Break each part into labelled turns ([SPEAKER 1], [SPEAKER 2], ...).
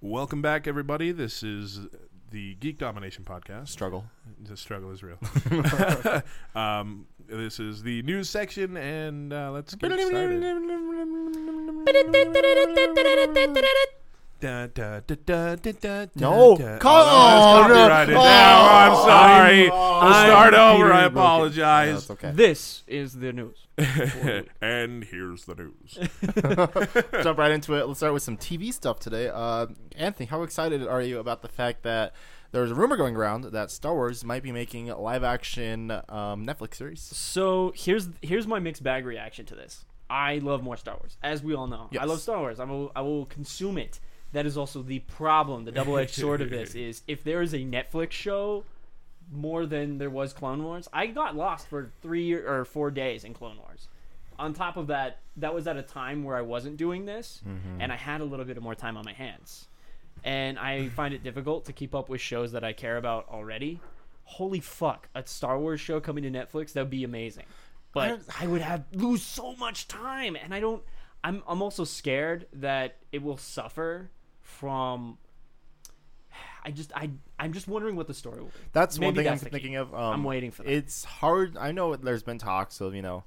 [SPEAKER 1] Welcome back, everybody. This is the Geek Domination Podcast.
[SPEAKER 2] Struggle.
[SPEAKER 1] The struggle is real. um, this is the news section, and uh, let's get started. Da, da, da, da, da, da,
[SPEAKER 2] No.
[SPEAKER 1] da.
[SPEAKER 2] Come
[SPEAKER 1] Oh,
[SPEAKER 2] on.
[SPEAKER 1] that's copyrighted.
[SPEAKER 2] Oh.
[SPEAKER 1] Now I'm sorry.
[SPEAKER 2] Oh.
[SPEAKER 1] We'll start
[SPEAKER 3] I'm
[SPEAKER 1] over.
[SPEAKER 3] Peter
[SPEAKER 1] I
[SPEAKER 3] Broken.
[SPEAKER 2] No,
[SPEAKER 1] apologize.
[SPEAKER 2] it's okay.
[SPEAKER 3] This is the news.
[SPEAKER 1] and here's the news.
[SPEAKER 2] Jump right into it. Let's start with some TV stuff today. Uh, Anthony, how excited are you about the fact that there's a rumor going around that Star Wars might be making a live action um, Netflix series?
[SPEAKER 3] So here's here's my mixed bag reaction to this. I love more Star Wars, as we all know. I
[SPEAKER 2] Yes.
[SPEAKER 3] love Star Wars. I will I will consume it. That is also the problem. The double edged sword of this is if there is a Netflix show more than there was Clone Wars. I got lost for three or four days in Clone Wars. On top of that, that was at a time where I wasn't doing this, and I had a little bit of more time on my hands. And I find it difficult to keep up with shows that I care about already. Holy fuck, a Star Wars show coming to Netflix, that would be amazing. But I, would have lose so much time and I don't I'm I'm also scared that it will suffer from I just I I'm just wondering what the story will be.
[SPEAKER 2] That's one
[SPEAKER 3] Maybe
[SPEAKER 2] thing
[SPEAKER 3] that's
[SPEAKER 2] I'm
[SPEAKER 3] the key.
[SPEAKER 2] thinking of. Um,
[SPEAKER 3] I'm waiting for that.
[SPEAKER 2] It's hard. I know there's been talks of you know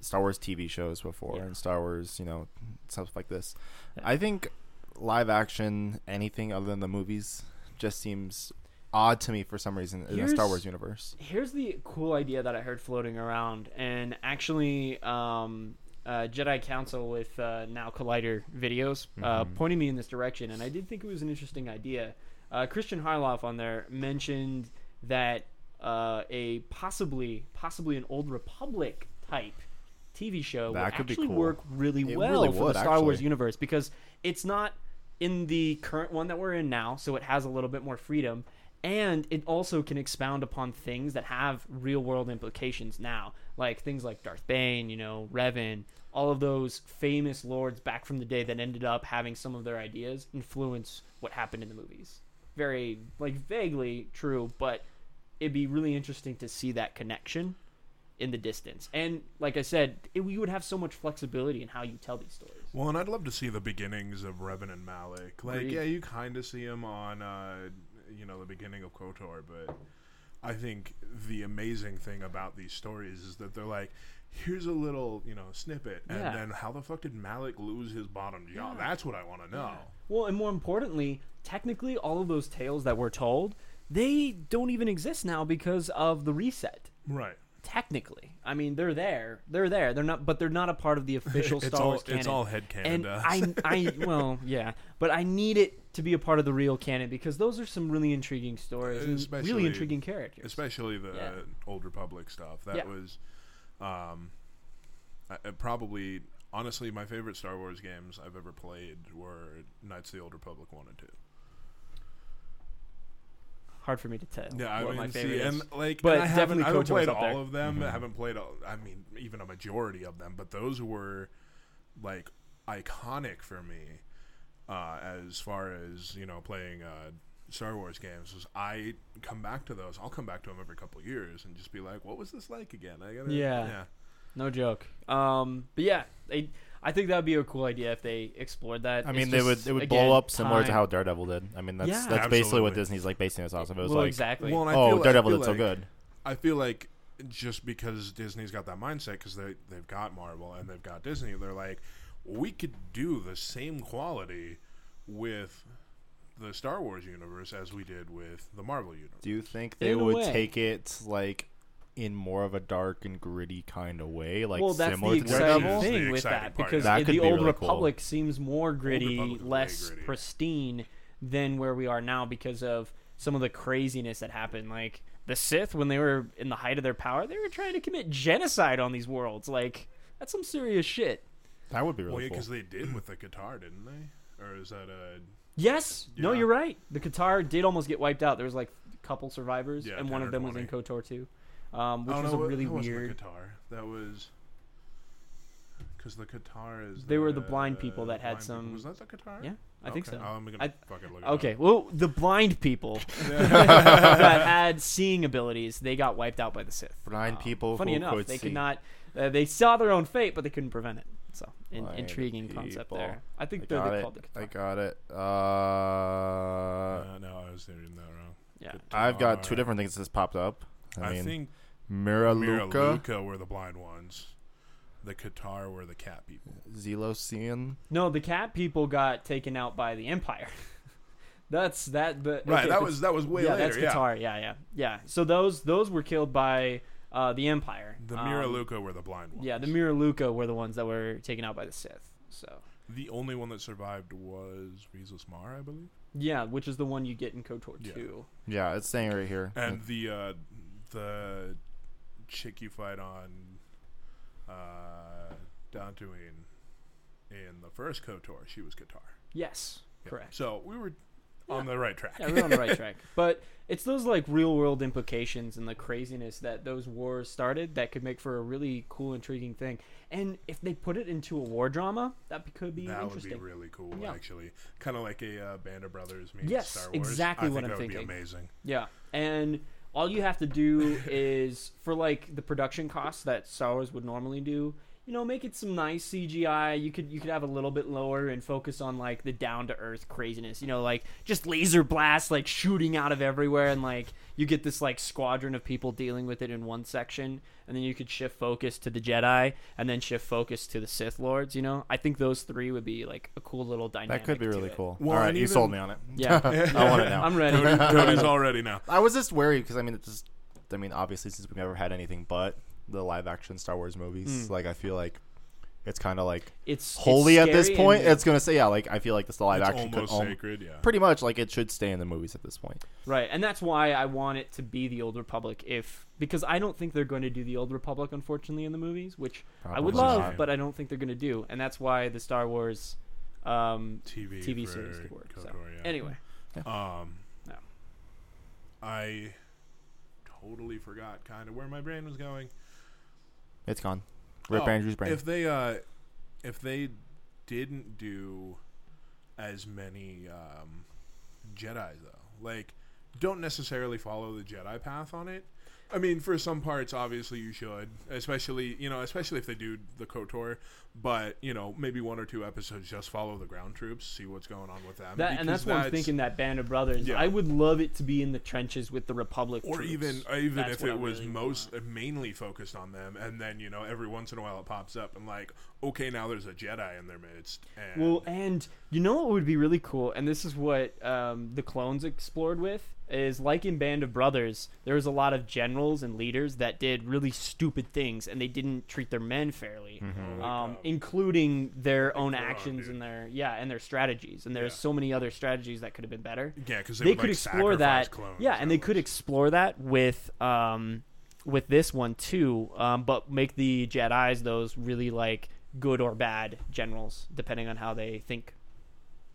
[SPEAKER 2] Star Wars TV shows before
[SPEAKER 3] Yeah.
[SPEAKER 2] and Star Wars you know stuff like this. I think live action anything other than the movies just seems odd to me for some reason in the Star
[SPEAKER 3] Here's-
[SPEAKER 2] Wars universe.
[SPEAKER 3] Here's the cool idea that I heard floating around, and actually, um, uh, Jedi Council with uh, now Collider videos uh,
[SPEAKER 2] Mm-hmm.
[SPEAKER 3] pointed me in this direction, and I did think it was an interesting idea. Uh, Christian Harloff on there mentioned that uh, a possibly possibly an old Republic type TV show
[SPEAKER 2] That
[SPEAKER 3] would
[SPEAKER 2] could be
[SPEAKER 3] actually
[SPEAKER 2] cool.
[SPEAKER 3] work really
[SPEAKER 2] It
[SPEAKER 3] well
[SPEAKER 2] really
[SPEAKER 3] for
[SPEAKER 2] would,
[SPEAKER 3] the Star Wars
[SPEAKER 2] actually.
[SPEAKER 3] universe because it's not in the current one that we're in now, so it has a little bit more freedom, and it also can expound upon things that have real world implications now, like things like Darth Bane, you know, Revan, all of those famous lords back from the day that ended up having some of their ideas influence what happened in the movies. Very like vaguely true, but it'd be really interesting to see that connection in the distance. And like I said, it, you would have so much flexibility in how you tell these stories.
[SPEAKER 1] Well, and I'd love to see the beginnings of Revan and Malik. Like,
[SPEAKER 3] Agreed.
[SPEAKER 1] yeah, you kind of see him on, uh, you know, the beginning of Kotor, but I think the amazing thing about these stories is that they're like, here's a little, you know, snippet, and
[SPEAKER 3] Yeah.
[SPEAKER 1] then how the fuck did Malik lose his bottom jaw? That's what I want to know.
[SPEAKER 3] Well, and more importantly, technically, all of those tales that were told, they don't even exist now because of the reset.
[SPEAKER 1] Right.
[SPEAKER 3] Technically, I mean, they're there, they're there, they're not, but they're not a part of the official
[SPEAKER 1] It's
[SPEAKER 3] Star
[SPEAKER 1] all-
[SPEAKER 3] Wars
[SPEAKER 1] it's
[SPEAKER 3] canon.
[SPEAKER 1] all head
[SPEAKER 3] And I,
[SPEAKER 1] canon,
[SPEAKER 3] I, well, yeah, but I need it to be a part of the real canon because those are some really intriguing stories, and
[SPEAKER 1] Especially-
[SPEAKER 3] really intriguing characters.
[SPEAKER 1] especially the
[SPEAKER 3] Yeah.
[SPEAKER 1] uh, old republic stuff that
[SPEAKER 3] Yeah.
[SPEAKER 1] was um I, I probably honestly my favorite star wars games i've ever played were knights of the old republic 1 and 2
[SPEAKER 3] Hard for me to tell.
[SPEAKER 1] yeah i
[SPEAKER 3] what
[SPEAKER 1] mean
[SPEAKER 3] my favorite
[SPEAKER 1] see
[SPEAKER 3] is.
[SPEAKER 1] and like
[SPEAKER 3] But
[SPEAKER 1] and i haven't,
[SPEAKER 3] definitely
[SPEAKER 1] I haven't
[SPEAKER 3] KOTOR's
[SPEAKER 1] played
[SPEAKER 3] up there.
[SPEAKER 1] all of them i haven't played all, i mean even a majority of them but those were like iconic for me uh, as far as you know playing uh, Star Wars games is I come back to those. I'll come back to them every couple of years and just be like, "What was this like again?" I gotta,
[SPEAKER 3] Yeah.
[SPEAKER 1] yeah.
[SPEAKER 3] No joke. Um, but yeah, they, I think that would be a cool idea if they explored that.
[SPEAKER 2] I
[SPEAKER 3] It's
[SPEAKER 2] mean, they would
[SPEAKER 3] just,
[SPEAKER 2] it would
[SPEAKER 3] again,
[SPEAKER 2] blow up similar to
[SPEAKER 3] time.
[SPEAKER 2] how Daredevil did. I mean, that's
[SPEAKER 3] Yeah.
[SPEAKER 2] that's basically what
[SPEAKER 1] Absolutely.
[SPEAKER 2] Disney's like basing this off of. It was
[SPEAKER 3] well,
[SPEAKER 2] like,
[SPEAKER 3] exactly.
[SPEAKER 1] Well, and I feel,
[SPEAKER 2] oh,
[SPEAKER 1] I
[SPEAKER 2] Daredevil
[SPEAKER 1] feel
[SPEAKER 2] did so
[SPEAKER 1] like-
[SPEAKER 2] good.
[SPEAKER 1] I feel like just because Disney's got that mindset, because they they've got Marvel and they've got Disney, they're like, we could do the same quality with the Star Wars universe as we did with the Marvel universe.
[SPEAKER 2] Do you think they
[SPEAKER 3] In a
[SPEAKER 2] would
[SPEAKER 3] way.
[SPEAKER 2] take it like in more of a dark and gritty kind of way, like
[SPEAKER 3] well, that's the
[SPEAKER 2] similar to
[SPEAKER 3] exciting
[SPEAKER 2] Daredevil?
[SPEAKER 1] Which is the
[SPEAKER 3] thing with
[SPEAKER 1] exciting
[SPEAKER 3] that
[SPEAKER 1] part.
[SPEAKER 3] because
[SPEAKER 2] That
[SPEAKER 3] in
[SPEAKER 2] could
[SPEAKER 3] the
[SPEAKER 2] be
[SPEAKER 3] old
[SPEAKER 2] really cool.
[SPEAKER 3] Republic seems more gritty,
[SPEAKER 1] Republic is way
[SPEAKER 3] less
[SPEAKER 1] gritty.
[SPEAKER 3] pristine than where we are now because of some of the craziness that happened. Like the Sith, when they were in the height of their power, they were trying to commit genocide on these worlds. Like that's some serious shit.
[SPEAKER 2] That would be
[SPEAKER 1] Well,
[SPEAKER 2] really cool.
[SPEAKER 1] because they
[SPEAKER 3] Mm-hmm.
[SPEAKER 1] did with the guitar, didn't they? Or is that a
[SPEAKER 3] Yes. No,
[SPEAKER 1] Yeah.
[SPEAKER 3] you're right. The Qatar did almost get wiped out. There was like a couple survivors,
[SPEAKER 1] Yeah,
[SPEAKER 3] and one
[SPEAKER 1] 10
[SPEAKER 3] of
[SPEAKER 1] or
[SPEAKER 3] them was in Kotor too, um, which
[SPEAKER 1] oh,
[SPEAKER 3] was
[SPEAKER 1] no,
[SPEAKER 3] a
[SPEAKER 1] wa-
[SPEAKER 3] really
[SPEAKER 1] that wasn't
[SPEAKER 3] weird.
[SPEAKER 1] the guitar? That was because the guitar is.
[SPEAKER 3] They were the blind people that had
[SPEAKER 1] blind
[SPEAKER 3] some-
[SPEAKER 1] Was that the guitar?
[SPEAKER 3] Yeah, I think
[SPEAKER 1] Okay. Oh,
[SPEAKER 3] so.
[SPEAKER 1] I'm gonna
[SPEAKER 3] I-
[SPEAKER 1] fucking look it
[SPEAKER 3] Okay,
[SPEAKER 1] up.
[SPEAKER 3] well, the blind people that had seeing abilities, they got wiped out by the Sith. Um,
[SPEAKER 2] Blind people
[SPEAKER 3] Funny
[SPEAKER 2] who
[SPEAKER 3] enough,
[SPEAKER 2] could
[SPEAKER 3] they
[SPEAKER 2] see.
[SPEAKER 3] could not. Uh, they saw their own fate, but they couldn't prevent it. So, an
[SPEAKER 2] Line of
[SPEAKER 3] intriguing concept
[SPEAKER 2] people.
[SPEAKER 3] there. I think
[SPEAKER 2] I
[SPEAKER 3] they're
[SPEAKER 2] got
[SPEAKER 3] the-
[SPEAKER 2] it.
[SPEAKER 3] called the
[SPEAKER 2] I
[SPEAKER 3] Qatar.
[SPEAKER 2] got it. Uh,
[SPEAKER 1] Uh, no, I was reading that wrong.
[SPEAKER 3] Yeah.
[SPEAKER 2] I've got two
[SPEAKER 1] Qatar.
[SPEAKER 2] different things that's popped up. I,
[SPEAKER 1] I
[SPEAKER 2] mean,
[SPEAKER 1] think
[SPEAKER 2] Miraluka,
[SPEAKER 1] Miraluka were the blind ones. The Qatar were the cat people.
[SPEAKER 2] Zelosian.
[SPEAKER 3] No, the cat people got taken out by the Empire. That's that. But
[SPEAKER 1] right,
[SPEAKER 3] okay,
[SPEAKER 1] that
[SPEAKER 3] but-
[SPEAKER 1] was that was way
[SPEAKER 3] yeah,
[SPEAKER 1] later.
[SPEAKER 3] that's
[SPEAKER 1] yeah,
[SPEAKER 3] Qatar. Yeah, yeah, yeah. So those those were killed by uh, the Empire.
[SPEAKER 1] the
[SPEAKER 3] Um,
[SPEAKER 1] Miraluka were the blind ones.
[SPEAKER 3] Yeah, the Miraluka were the ones that were taken out by the Sith. So
[SPEAKER 1] the only one that survived was Rizus Mar, I believe.
[SPEAKER 3] yeah, which is the one you get in KOTOR
[SPEAKER 1] Yeah.
[SPEAKER 3] two.
[SPEAKER 2] Yeah, it's saying right here.
[SPEAKER 1] And the uh, the chick you fight on uh, Dantooine in the first Kotor, she was Qatar.
[SPEAKER 3] Yes,
[SPEAKER 1] Yeah.
[SPEAKER 3] correct.
[SPEAKER 1] So we were on the right track.
[SPEAKER 3] Yeah, we're on the right track. But it's those like real world implications and the craziness that those wars started that could make for a really cool, intriguing thing. And if they put it into a war drama, that be- could be
[SPEAKER 1] that would
[SPEAKER 3] interesting.
[SPEAKER 1] be really cool,
[SPEAKER 3] Yeah.
[SPEAKER 1] actually. Kind of like a uh, Band of Brothers meets
[SPEAKER 3] Yes,
[SPEAKER 1] Star Wars.
[SPEAKER 3] exactly
[SPEAKER 1] I
[SPEAKER 3] what
[SPEAKER 1] think
[SPEAKER 3] I'm
[SPEAKER 1] that
[SPEAKER 3] thinking.
[SPEAKER 1] Would be amazing.
[SPEAKER 3] Yeah, and all you have to do is for like the production costs that Star Wars would normally do. You know, make it some nice CGI. You could you could have a little bit lower and focus on like the down to earth craziness. You know, like just laser blasts like shooting out of everywhere, and like you get this like squadron of people dealing with it in one section, and then you could shift focus to the Jedi, and then shift focus to the Sith Lords. You know, I think those three would be like a cool little dynamic.
[SPEAKER 2] that could be
[SPEAKER 3] to
[SPEAKER 2] really
[SPEAKER 3] it.
[SPEAKER 2] cool.
[SPEAKER 1] Well,
[SPEAKER 2] All right,
[SPEAKER 1] and
[SPEAKER 2] you
[SPEAKER 1] even-
[SPEAKER 2] sold me on it.
[SPEAKER 3] Yeah.
[SPEAKER 2] I want it now.
[SPEAKER 3] I'm ready.
[SPEAKER 1] Tony- Tony's already now.
[SPEAKER 2] I was just wary because I mean, it's just I mean, obviously, since we've never had anything but the live action Star Wars movies, like I feel like it's kind of like
[SPEAKER 3] Hmm. It's it's
[SPEAKER 2] holy at this
[SPEAKER 3] scary
[SPEAKER 2] point.
[SPEAKER 3] and-
[SPEAKER 2] It's gonna say yeah, like I feel like this live
[SPEAKER 1] It's
[SPEAKER 2] action could
[SPEAKER 1] almost
[SPEAKER 2] al-
[SPEAKER 1] sacred, yeah.
[SPEAKER 2] pretty much like it should stay in the movies at this point.
[SPEAKER 3] Right, and that's why I want it to be the Old Republic, if because I don't think they're going to do the Old Republic, unfortunately, in the movies, which I would
[SPEAKER 2] Probably
[SPEAKER 3] love,
[SPEAKER 1] not.
[SPEAKER 3] but I don't think they're going to do, and that's why the Star Wars um,
[SPEAKER 1] TV,
[SPEAKER 3] TV
[SPEAKER 1] for
[SPEAKER 3] series could work. so.
[SPEAKER 1] KOTOR, yeah.
[SPEAKER 3] Anyway,
[SPEAKER 1] Um,
[SPEAKER 3] No.
[SPEAKER 1] I totally forgot kind of where my brain was going.
[SPEAKER 2] It's gone. Rip
[SPEAKER 1] Oh,
[SPEAKER 2] Andrews' brain.
[SPEAKER 1] If they uh, if they didn't do as many um, Jedi though, like don't necessarily follow the Jedi path on it. I mean, for some parts, obviously you should, especially you know, especially if they do the Kotor. But you know, maybe one or two episodes just follow the ground troops, see what's going on with them.
[SPEAKER 3] that, and
[SPEAKER 1] because
[SPEAKER 3] that's what I'm thinking. That Band of Brothers,
[SPEAKER 1] Yeah.
[SPEAKER 3] I would love it to be in the trenches with the Republic,
[SPEAKER 1] or
[SPEAKER 3] troops.
[SPEAKER 1] even even
[SPEAKER 3] That's
[SPEAKER 1] if
[SPEAKER 3] what
[SPEAKER 1] it
[SPEAKER 3] I
[SPEAKER 1] was
[SPEAKER 3] really
[SPEAKER 1] most mainly focused on them, and then you know every once in a while it pops up and like, okay, now there's a Jedi in their midst. And
[SPEAKER 3] Well, and you know what would be really cool, and this is what um, the clones explored with is like in Band of Brothers, there was a lot of generals and leaders that did really stupid things, and they didn't treat their men fairly,
[SPEAKER 1] Oh,
[SPEAKER 3] um, including their own
[SPEAKER 1] Quran,
[SPEAKER 3] actions
[SPEAKER 1] dude.
[SPEAKER 3] and their yeah and their strategies. And there's
[SPEAKER 1] Yeah.
[SPEAKER 3] so many other strategies that could have been better.
[SPEAKER 1] yeah, because
[SPEAKER 3] They,
[SPEAKER 1] they, would,
[SPEAKER 3] could
[SPEAKER 1] like,
[SPEAKER 3] explore
[SPEAKER 1] sacrifice
[SPEAKER 3] that,
[SPEAKER 1] Clones
[SPEAKER 3] yeah, and they
[SPEAKER 1] That
[SPEAKER 3] could
[SPEAKER 1] was-
[SPEAKER 3] explore that with um, with this one too, um, but make the Jedi's those really like good or bad generals, depending on how they think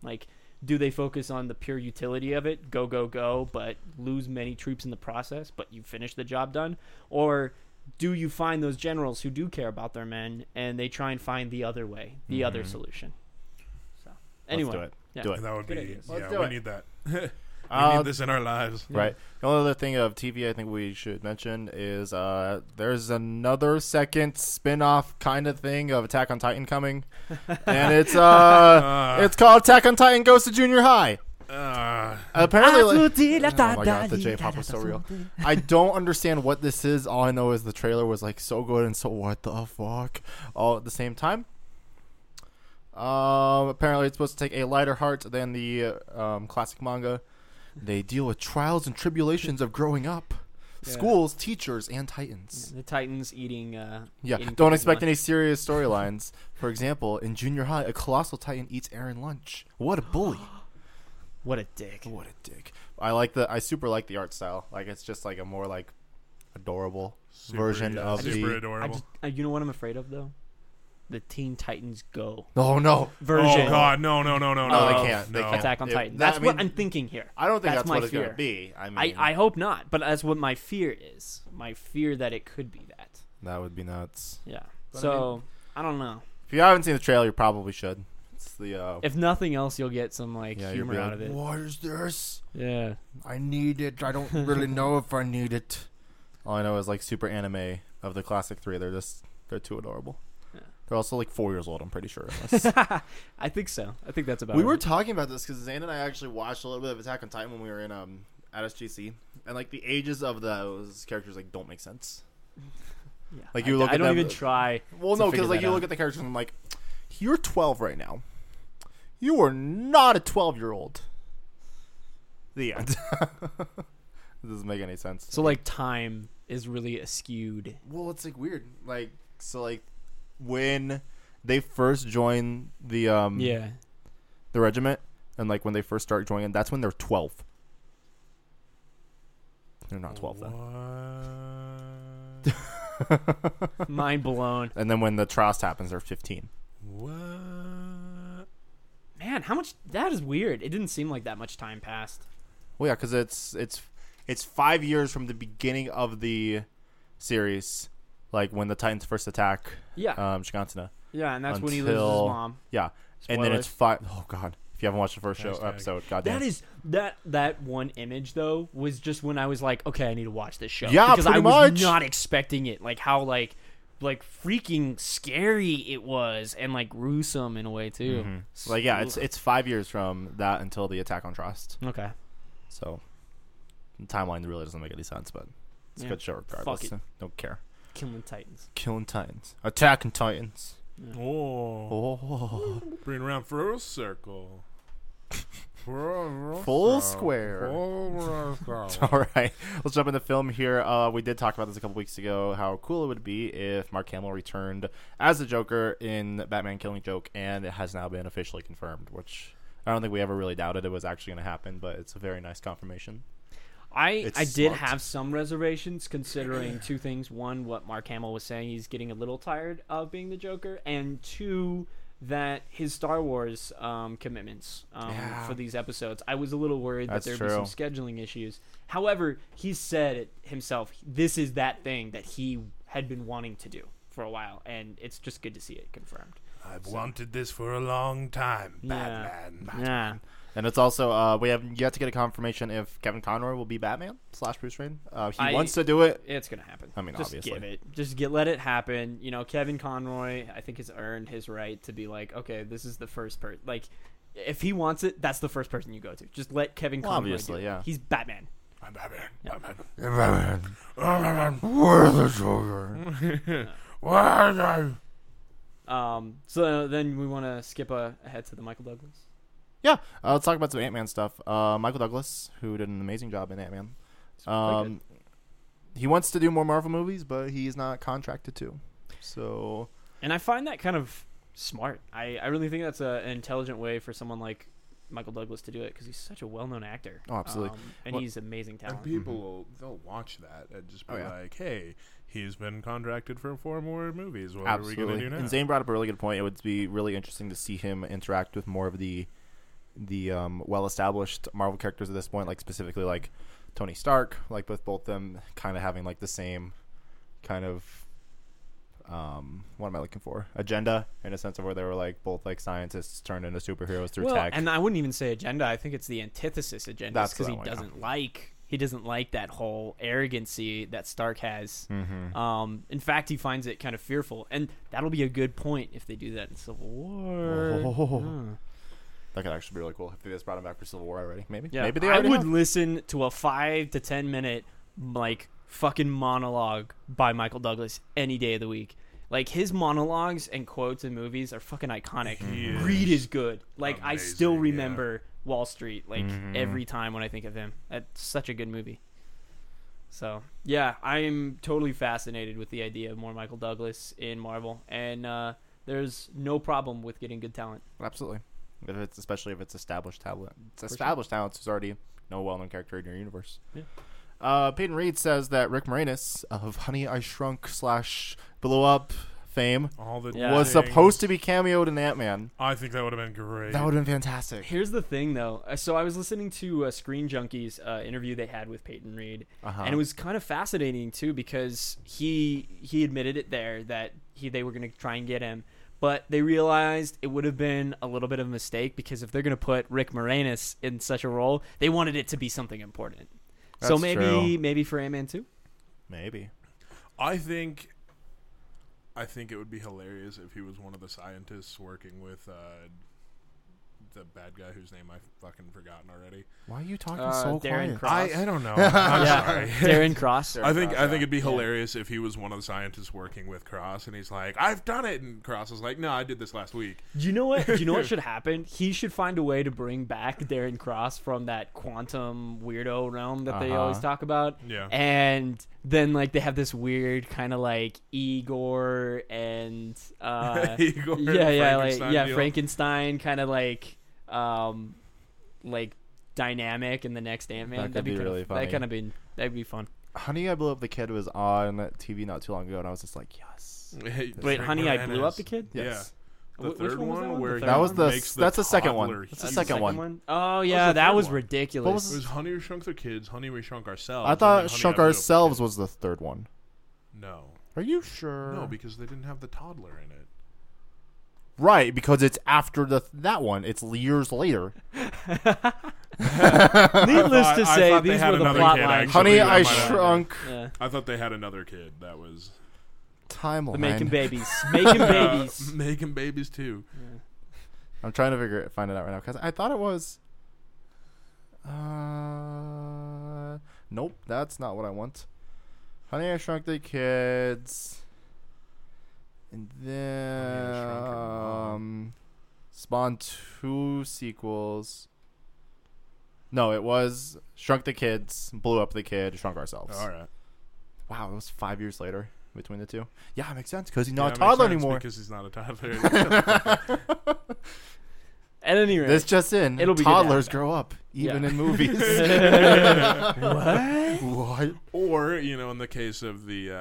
[SPEAKER 3] like, do they focus on the pure utility of it, go, go, go, but lose many troops in the process, but you finish the job done? Or do you find those generals who do care about their men and they try and find the other way, the other
[SPEAKER 1] Mm-hmm.
[SPEAKER 3] solution? So, anyway.
[SPEAKER 2] do it.
[SPEAKER 3] Yeah.
[SPEAKER 2] Do it.
[SPEAKER 1] And that would
[SPEAKER 3] Good
[SPEAKER 1] be
[SPEAKER 3] idea.
[SPEAKER 2] Let's
[SPEAKER 1] yeah,
[SPEAKER 2] do
[SPEAKER 1] we
[SPEAKER 2] it.
[SPEAKER 1] need that. we
[SPEAKER 2] Uh,
[SPEAKER 1] need this in our lives.
[SPEAKER 2] Right. The only other thing uh, of TV I think we should mention is uh, there's another second spin-off kind of thing of Attack on Titan coming, and it's uh, it's called Attack on Titan Goes to Junior High.
[SPEAKER 1] Uh,
[SPEAKER 2] Apparently, oh my god, the J-pop was so real. I don't understand what this is. All I know is the trailer was like so good and so what the fuck all at the same time. Um, apparently it's supposed to take a lighter heart than the uh, um, classic manga. They deal with trials and tribulations of growing up,
[SPEAKER 3] Yeah.
[SPEAKER 2] schools, teachers, and titans.
[SPEAKER 3] The Titans eating. Uh,
[SPEAKER 2] Yeah,
[SPEAKER 3] eating
[SPEAKER 2] don't
[SPEAKER 3] people's
[SPEAKER 2] expect
[SPEAKER 3] lunch.
[SPEAKER 2] any serious storylines. For example, in junior high, a colossal titan eats Aaron lunch. What a bully!
[SPEAKER 3] What a dick.
[SPEAKER 2] What a dick. I like the I super like the art style. Like it's just like a more like adorable
[SPEAKER 1] super,
[SPEAKER 2] version
[SPEAKER 1] yeah,
[SPEAKER 2] of
[SPEAKER 1] super
[SPEAKER 2] the
[SPEAKER 3] I
[SPEAKER 1] adorable.
[SPEAKER 3] just, uh, you know what I'm afraid of, though? The Teen Titans Go
[SPEAKER 2] Oh no.
[SPEAKER 3] version.
[SPEAKER 1] Oh god, no, no, no, no,
[SPEAKER 2] No,
[SPEAKER 1] no!
[SPEAKER 2] they can't. They
[SPEAKER 1] no.
[SPEAKER 2] can't.
[SPEAKER 3] Attack on
[SPEAKER 2] Oh, It-
[SPEAKER 3] Titan.
[SPEAKER 2] that-
[SPEAKER 3] That's
[SPEAKER 2] I
[SPEAKER 3] what
[SPEAKER 2] mean,
[SPEAKER 3] I'm thinking here.
[SPEAKER 2] I don't think that's,
[SPEAKER 3] my
[SPEAKER 2] what it's
[SPEAKER 3] fear.
[SPEAKER 2] going to be. I mean
[SPEAKER 3] I, I hope not, but that's what my fear is. My fear that it could be that.
[SPEAKER 2] that would be nuts.
[SPEAKER 3] Yeah.
[SPEAKER 2] But I
[SPEAKER 3] so I, don't know.
[SPEAKER 2] If you haven't seen the trailer, you probably should. It's the uh
[SPEAKER 3] If nothing else, you'll get some like
[SPEAKER 2] yeah, you'll be
[SPEAKER 3] humor
[SPEAKER 2] like,
[SPEAKER 3] out of it.
[SPEAKER 2] What is this?
[SPEAKER 3] Yeah.
[SPEAKER 2] I need it. I don't really know if I need it. All I know is like super anime of the classic 3. They're just they're too adorable.
[SPEAKER 3] Yeah.
[SPEAKER 2] They're also like four years old. I'm pretty sure. unless-
[SPEAKER 3] I think so. I think that's about.
[SPEAKER 2] we
[SPEAKER 3] it.
[SPEAKER 2] were talking about this because Zane and I actually watched a little bit of Attack on Titan when we were in um at SGC, and like the ages of those characters like don't make sense.
[SPEAKER 3] Yeah.
[SPEAKER 2] like,
[SPEAKER 3] I-
[SPEAKER 2] you look
[SPEAKER 3] I,
[SPEAKER 2] at
[SPEAKER 3] don't
[SPEAKER 2] them-
[SPEAKER 3] even try.
[SPEAKER 2] Well,
[SPEAKER 3] to
[SPEAKER 2] no,
[SPEAKER 3] figure
[SPEAKER 2] because like
[SPEAKER 3] that
[SPEAKER 2] you
[SPEAKER 3] out.
[SPEAKER 2] look at the characters and I'm like, you're 12 right now. You are not a 12 year old. The end. this doesn't make any sense.
[SPEAKER 3] So like time is really askewed.
[SPEAKER 2] well, it's like weird. Like so, like when they first join the um
[SPEAKER 3] Yeah.
[SPEAKER 2] the regiment, and like when they first start joining, that's when they're 12. They're not 12 then.
[SPEAKER 1] What?
[SPEAKER 3] Mind blown.
[SPEAKER 2] And then when the Trost happens, they're 15.
[SPEAKER 1] what?
[SPEAKER 3] Man, how much that is weird. It didn't seem like that much time passed.
[SPEAKER 2] Well, yeah, because it's it's it's five years from the beginning of the series, like when the Titans first attack
[SPEAKER 3] Yeah.
[SPEAKER 2] um, Shiganshina.
[SPEAKER 3] yeah, and that's when he loses his
[SPEAKER 2] until-
[SPEAKER 3] mom.
[SPEAKER 2] Yeah, and then
[SPEAKER 3] Spoilers.
[SPEAKER 2] it's five oh god, if you haven't watched the first show
[SPEAKER 1] Hashtag.
[SPEAKER 2] episode, goddamn.
[SPEAKER 3] That is that that one image though was just when I was like, okay, I need to watch this show.
[SPEAKER 2] Yeah,
[SPEAKER 3] because I
[SPEAKER 2] pretty
[SPEAKER 3] was
[SPEAKER 2] much.
[SPEAKER 3] not expecting it. Like how like like freaking scary it was and like gruesome in a way too.
[SPEAKER 2] Mm-hmm. like yeah, it's it's five years from that until the attack on Trost.
[SPEAKER 3] okay.
[SPEAKER 2] So the timeline really doesn't make any sense, but it's
[SPEAKER 3] Yeah.
[SPEAKER 2] a good show regardless.
[SPEAKER 3] it.
[SPEAKER 2] Don't care.
[SPEAKER 3] Killing Titans.
[SPEAKER 2] Killing Titans, attacking Titans.
[SPEAKER 1] Oh,
[SPEAKER 2] Oh,
[SPEAKER 1] bring it around full circle. Full, circle.
[SPEAKER 2] Full square.
[SPEAKER 1] Full circle.
[SPEAKER 2] All right, let's jump into film here. Uh, we did talk about this a couple weeks ago. How cool it would be if Mark Hamill returned as the Joker in Batman: Killing Joke, and it has now been officially confirmed. Which I don't think we ever really doubted it was actually going to happen, but it's a very nice confirmation.
[SPEAKER 3] I
[SPEAKER 2] It's
[SPEAKER 3] I did
[SPEAKER 2] smart.
[SPEAKER 3] have some reservations considering two things. One, what Mark Hamill was saying, he's getting a little tired of being the Joker, and two, that his Star Wars um, commitments um,
[SPEAKER 2] Yeah.
[SPEAKER 3] for these episodes. I was a little worried
[SPEAKER 2] That's
[SPEAKER 3] that there'd be some
[SPEAKER 2] true.
[SPEAKER 3] scheduling issues. However, he said it himself. This is that thing that he had been wanting to do for a while, and it's just good to see it confirmed.
[SPEAKER 1] I've wanted this for a long time,
[SPEAKER 3] Yeah.
[SPEAKER 1] Batman.
[SPEAKER 3] Yeah,
[SPEAKER 2] And it's also uh, we have yet to get a confirmation if Kevin Conroy will be Batman slash Bruce Wayne. Uh, he
[SPEAKER 3] I-
[SPEAKER 2] wants to do it.
[SPEAKER 3] it's gonna happen.
[SPEAKER 2] I mean,
[SPEAKER 3] just
[SPEAKER 2] obviously.
[SPEAKER 3] give it. Just get let it happen. You know, Kevin Conroy, I think has earned his right to be like, okay, this is the first person. Like, if he wants it, that's the first person you go to. Just let Kevin
[SPEAKER 2] Well,
[SPEAKER 3] Conroy.
[SPEAKER 2] obviously,
[SPEAKER 3] do it.
[SPEAKER 2] yeah.
[SPEAKER 3] He's Batman.
[SPEAKER 1] I'm Batman.
[SPEAKER 3] Yeah.
[SPEAKER 1] Batman.
[SPEAKER 4] Batman,
[SPEAKER 1] Batman.
[SPEAKER 4] where's the Joker? Where's the...
[SPEAKER 3] Um. So then we want to skip uh, ahead to the Michael Douglas.
[SPEAKER 2] Yeah, uh, let's talk about some Ant Man stuff. Uh, Michael Douglas, who did an amazing job in Ant Man,
[SPEAKER 3] really
[SPEAKER 2] um, he wants to do more Marvel movies, but he's not contracted to. So
[SPEAKER 3] And I find that kind of smart. I, I really think that's a, an intelligent way for someone like Michael Douglas to do it because he's such a well known actor.
[SPEAKER 2] Oh, absolutely.
[SPEAKER 3] Um, and
[SPEAKER 2] Well-
[SPEAKER 3] he's amazing
[SPEAKER 1] And
[SPEAKER 3] talent.
[SPEAKER 1] people will they'll watch that and just be
[SPEAKER 2] Oh, yeah.
[SPEAKER 1] like, "Hey, he's been contracted for four more movies. What are we gonna do now?"
[SPEAKER 2] And Zane brought up a really good point. It would be really interesting to see him interact with more of the the um, well established Marvel characters at this point, like specifically like Tony Stark, like with both them kind of having like the same kind of um, what am I looking for? Agenda in a sense of where they were like both like scientists turned into superheroes through
[SPEAKER 3] well,
[SPEAKER 2] tech.
[SPEAKER 3] and I wouldn't even say agenda. I think it's the antithesis agenda
[SPEAKER 2] That's
[SPEAKER 3] because
[SPEAKER 2] what I
[SPEAKER 3] he
[SPEAKER 2] want, yeah.
[SPEAKER 3] doesn't like he doesn't like that whole arrogancy that Stark has.
[SPEAKER 1] Mm-hmm.
[SPEAKER 2] Mhm.
[SPEAKER 3] Um, in fact, he finds it kind of fearful, and that'll be a good point if they do that in Civil War.
[SPEAKER 2] Oh.
[SPEAKER 3] Huh.
[SPEAKER 2] That could actually be really cool if they just brought him back for Civil War already. Maybe,
[SPEAKER 3] Yeah,
[SPEAKER 2] maybe they
[SPEAKER 3] I
[SPEAKER 2] already.
[SPEAKER 3] would
[SPEAKER 2] have.
[SPEAKER 3] listen to a five to ten minute like fucking monologue by Michael Douglas any day of the week. Like his monologues and quotes in movies are fucking iconic.
[SPEAKER 1] He is
[SPEAKER 3] Greed is good. Like I still
[SPEAKER 1] amazing, yeah.
[SPEAKER 3] remember Wall Street like every time when I think of him. That's such a good movie. So yeah, I'm totally fascinated with the idea of more Michael Douglas in Marvel, and uh, there's no problem with getting good talent.
[SPEAKER 2] Absolutely. If it's especially if it's established talent, it's
[SPEAKER 3] sure.
[SPEAKER 2] established talent who's already no well-known character in your universe.
[SPEAKER 3] Yeah.
[SPEAKER 2] Uh, Peyton Reed says that Rick Moranis of Honey I Shrunk slash Blew Up fame
[SPEAKER 1] All the
[SPEAKER 3] Yeah.
[SPEAKER 2] was
[SPEAKER 1] things.
[SPEAKER 2] supposed to be cameoed in Ant Man.
[SPEAKER 1] I think that would have been great.
[SPEAKER 2] That would have been fantastic.
[SPEAKER 3] Here's the thing, though. Uh, So I was listening to a Screen Junkies uh, interview they had with Peyton Reed,
[SPEAKER 2] Uh-huh.
[SPEAKER 3] and it was kind of fascinating too because he he admitted it there that he they were going to try and get him, but they realized it would have been a little bit of a mistake because if they're going to put Rick Moranis in such a role, they wanted it to be something important. so
[SPEAKER 2] That's
[SPEAKER 3] maybe
[SPEAKER 2] true.
[SPEAKER 3] maybe for Ant Man two.
[SPEAKER 2] Maybe.
[SPEAKER 1] I think I think it would be hilarious if he was one of the scientists working with uh, the bad guy whose name I've fucking forgotten already.
[SPEAKER 2] Why are you talking
[SPEAKER 3] Uh,
[SPEAKER 2] so
[SPEAKER 3] Darren
[SPEAKER 2] quiet?
[SPEAKER 3] Cross.
[SPEAKER 1] I don't know. I'm
[SPEAKER 3] Yeah.
[SPEAKER 1] sorry.
[SPEAKER 3] Darren Cross. Uh,
[SPEAKER 1] I think
[SPEAKER 2] Cross,
[SPEAKER 1] I
[SPEAKER 2] yeah.
[SPEAKER 1] think it'd be
[SPEAKER 3] Yeah.
[SPEAKER 1] hilarious if he was one of the scientists working with Cross, and he's like, "I've done it," and Cross is like, "No, I did this last week."
[SPEAKER 3] You know what? You know what should happen? He should find a way to bring back Darren Cross from that quantum weirdo realm that they
[SPEAKER 2] Uh-huh.
[SPEAKER 3] always talk about.
[SPEAKER 1] Yeah.
[SPEAKER 3] And then like they have this weird kind of like Igor and uh
[SPEAKER 1] Igor and
[SPEAKER 3] yeah, yeah, like
[SPEAKER 1] Frankenstein
[SPEAKER 3] yeah,
[SPEAKER 1] deal.
[SPEAKER 3] Frankenstein kind of like um like dynamic in the next Ant Man.
[SPEAKER 2] That could
[SPEAKER 3] That'd
[SPEAKER 2] be
[SPEAKER 3] kinda,
[SPEAKER 2] really
[SPEAKER 3] That
[SPEAKER 2] funny.
[SPEAKER 3] kind of been that'd be fun.
[SPEAKER 2] Honey, I blew up the kid was on TV not too long ago, and I was just like, yes,
[SPEAKER 1] Hey,
[SPEAKER 3] Wait,
[SPEAKER 1] Frank
[SPEAKER 3] honey, I blew
[SPEAKER 1] Moranis.
[SPEAKER 3] up the kid.
[SPEAKER 1] Yeah.
[SPEAKER 2] yes.
[SPEAKER 1] The
[SPEAKER 3] Wh- which
[SPEAKER 1] third
[SPEAKER 3] one was that one?
[SPEAKER 1] where
[SPEAKER 3] The
[SPEAKER 1] he
[SPEAKER 3] third
[SPEAKER 2] That was the
[SPEAKER 1] makes
[SPEAKER 2] s- that's the second one.
[SPEAKER 1] toddler
[SPEAKER 2] That's the
[SPEAKER 1] huge.
[SPEAKER 2] second one.
[SPEAKER 3] Oh yeah,
[SPEAKER 1] the
[SPEAKER 3] that
[SPEAKER 1] third
[SPEAKER 3] was
[SPEAKER 1] one.
[SPEAKER 3] ridiculous.
[SPEAKER 2] What
[SPEAKER 1] It was Honey We Shrunk the Kids, Honey We Shrunk Ourselves.
[SPEAKER 2] I
[SPEAKER 1] and then
[SPEAKER 2] thought
[SPEAKER 1] Honey,
[SPEAKER 2] Shrunk
[SPEAKER 1] Blew Up the
[SPEAKER 2] Ourselves
[SPEAKER 1] Kid.
[SPEAKER 2] was the third one.
[SPEAKER 1] No,
[SPEAKER 2] Are you sure?
[SPEAKER 1] no, because they didn't have the toddler in it.
[SPEAKER 2] right, because it's after the that one. It's years later.
[SPEAKER 3] Needless
[SPEAKER 1] I
[SPEAKER 3] to
[SPEAKER 1] thought- I
[SPEAKER 3] say,
[SPEAKER 1] thought they
[SPEAKER 3] these
[SPEAKER 1] had
[SPEAKER 3] were the
[SPEAKER 1] another
[SPEAKER 3] plot
[SPEAKER 1] kid,
[SPEAKER 3] lines.
[SPEAKER 1] actually.
[SPEAKER 2] Honey,
[SPEAKER 1] that
[SPEAKER 2] I
[SPEAKER 1] might have been.
[SPEAKER 2] shrunk.
[SPEAKER 3] Yeah.
[SPEAKER 1] I thought they had another kid. That was
[SPEAKER 2] Timeline.
[SPEAKER 3] The making babies, making babies.
[SPEAKER 1] Uh, making babies too.
[SPEAKER 2] I'm trying to figure it, find it out right now because I thought it was. Uh, nope, that's not what I want. Honey, I Shrunk the Kids, and
[SPEAKER 1] I
[SPEAKER 2] then
[SPEAKER 1] Shrunk Your Mom.
[SPEAKER 2] um, Spawn two sequels. No, it was Shrunk the Kids, blew up the kid, shrunk ourselves.
[SPEAKER 1] All right.
[SPEAKER 2] Wow, it was five years later between the two. Yeah, it makes sense because he's
[SPEAKER 1] Yeah,
[SPEAKER 2] not
[SPEAKER 1] it
[SPEAKER 2] a
[SPEAKER 1] makes
[SPEAKER 2] toddler
[SPEAKER 1] sense
[SPEAKER 2] anymore.
[SPEAKER 1] because he's not a toddler.
[SPEAKER 3] At any rate,
[SPEAKER 2] This just in,
[SPEAKER 3] It'll be good to have
[SPEAKER 2] toddlers
[SPEAKER 3] that.
[SPEAKER 2] grow up, even
[SPEAKER 3] Yeah.
[SPEAKER 2] in movies.
[SPEAKER 3] what?
[SPEAKER 2] what?
[SPEAKER 1] or you know, in the case of the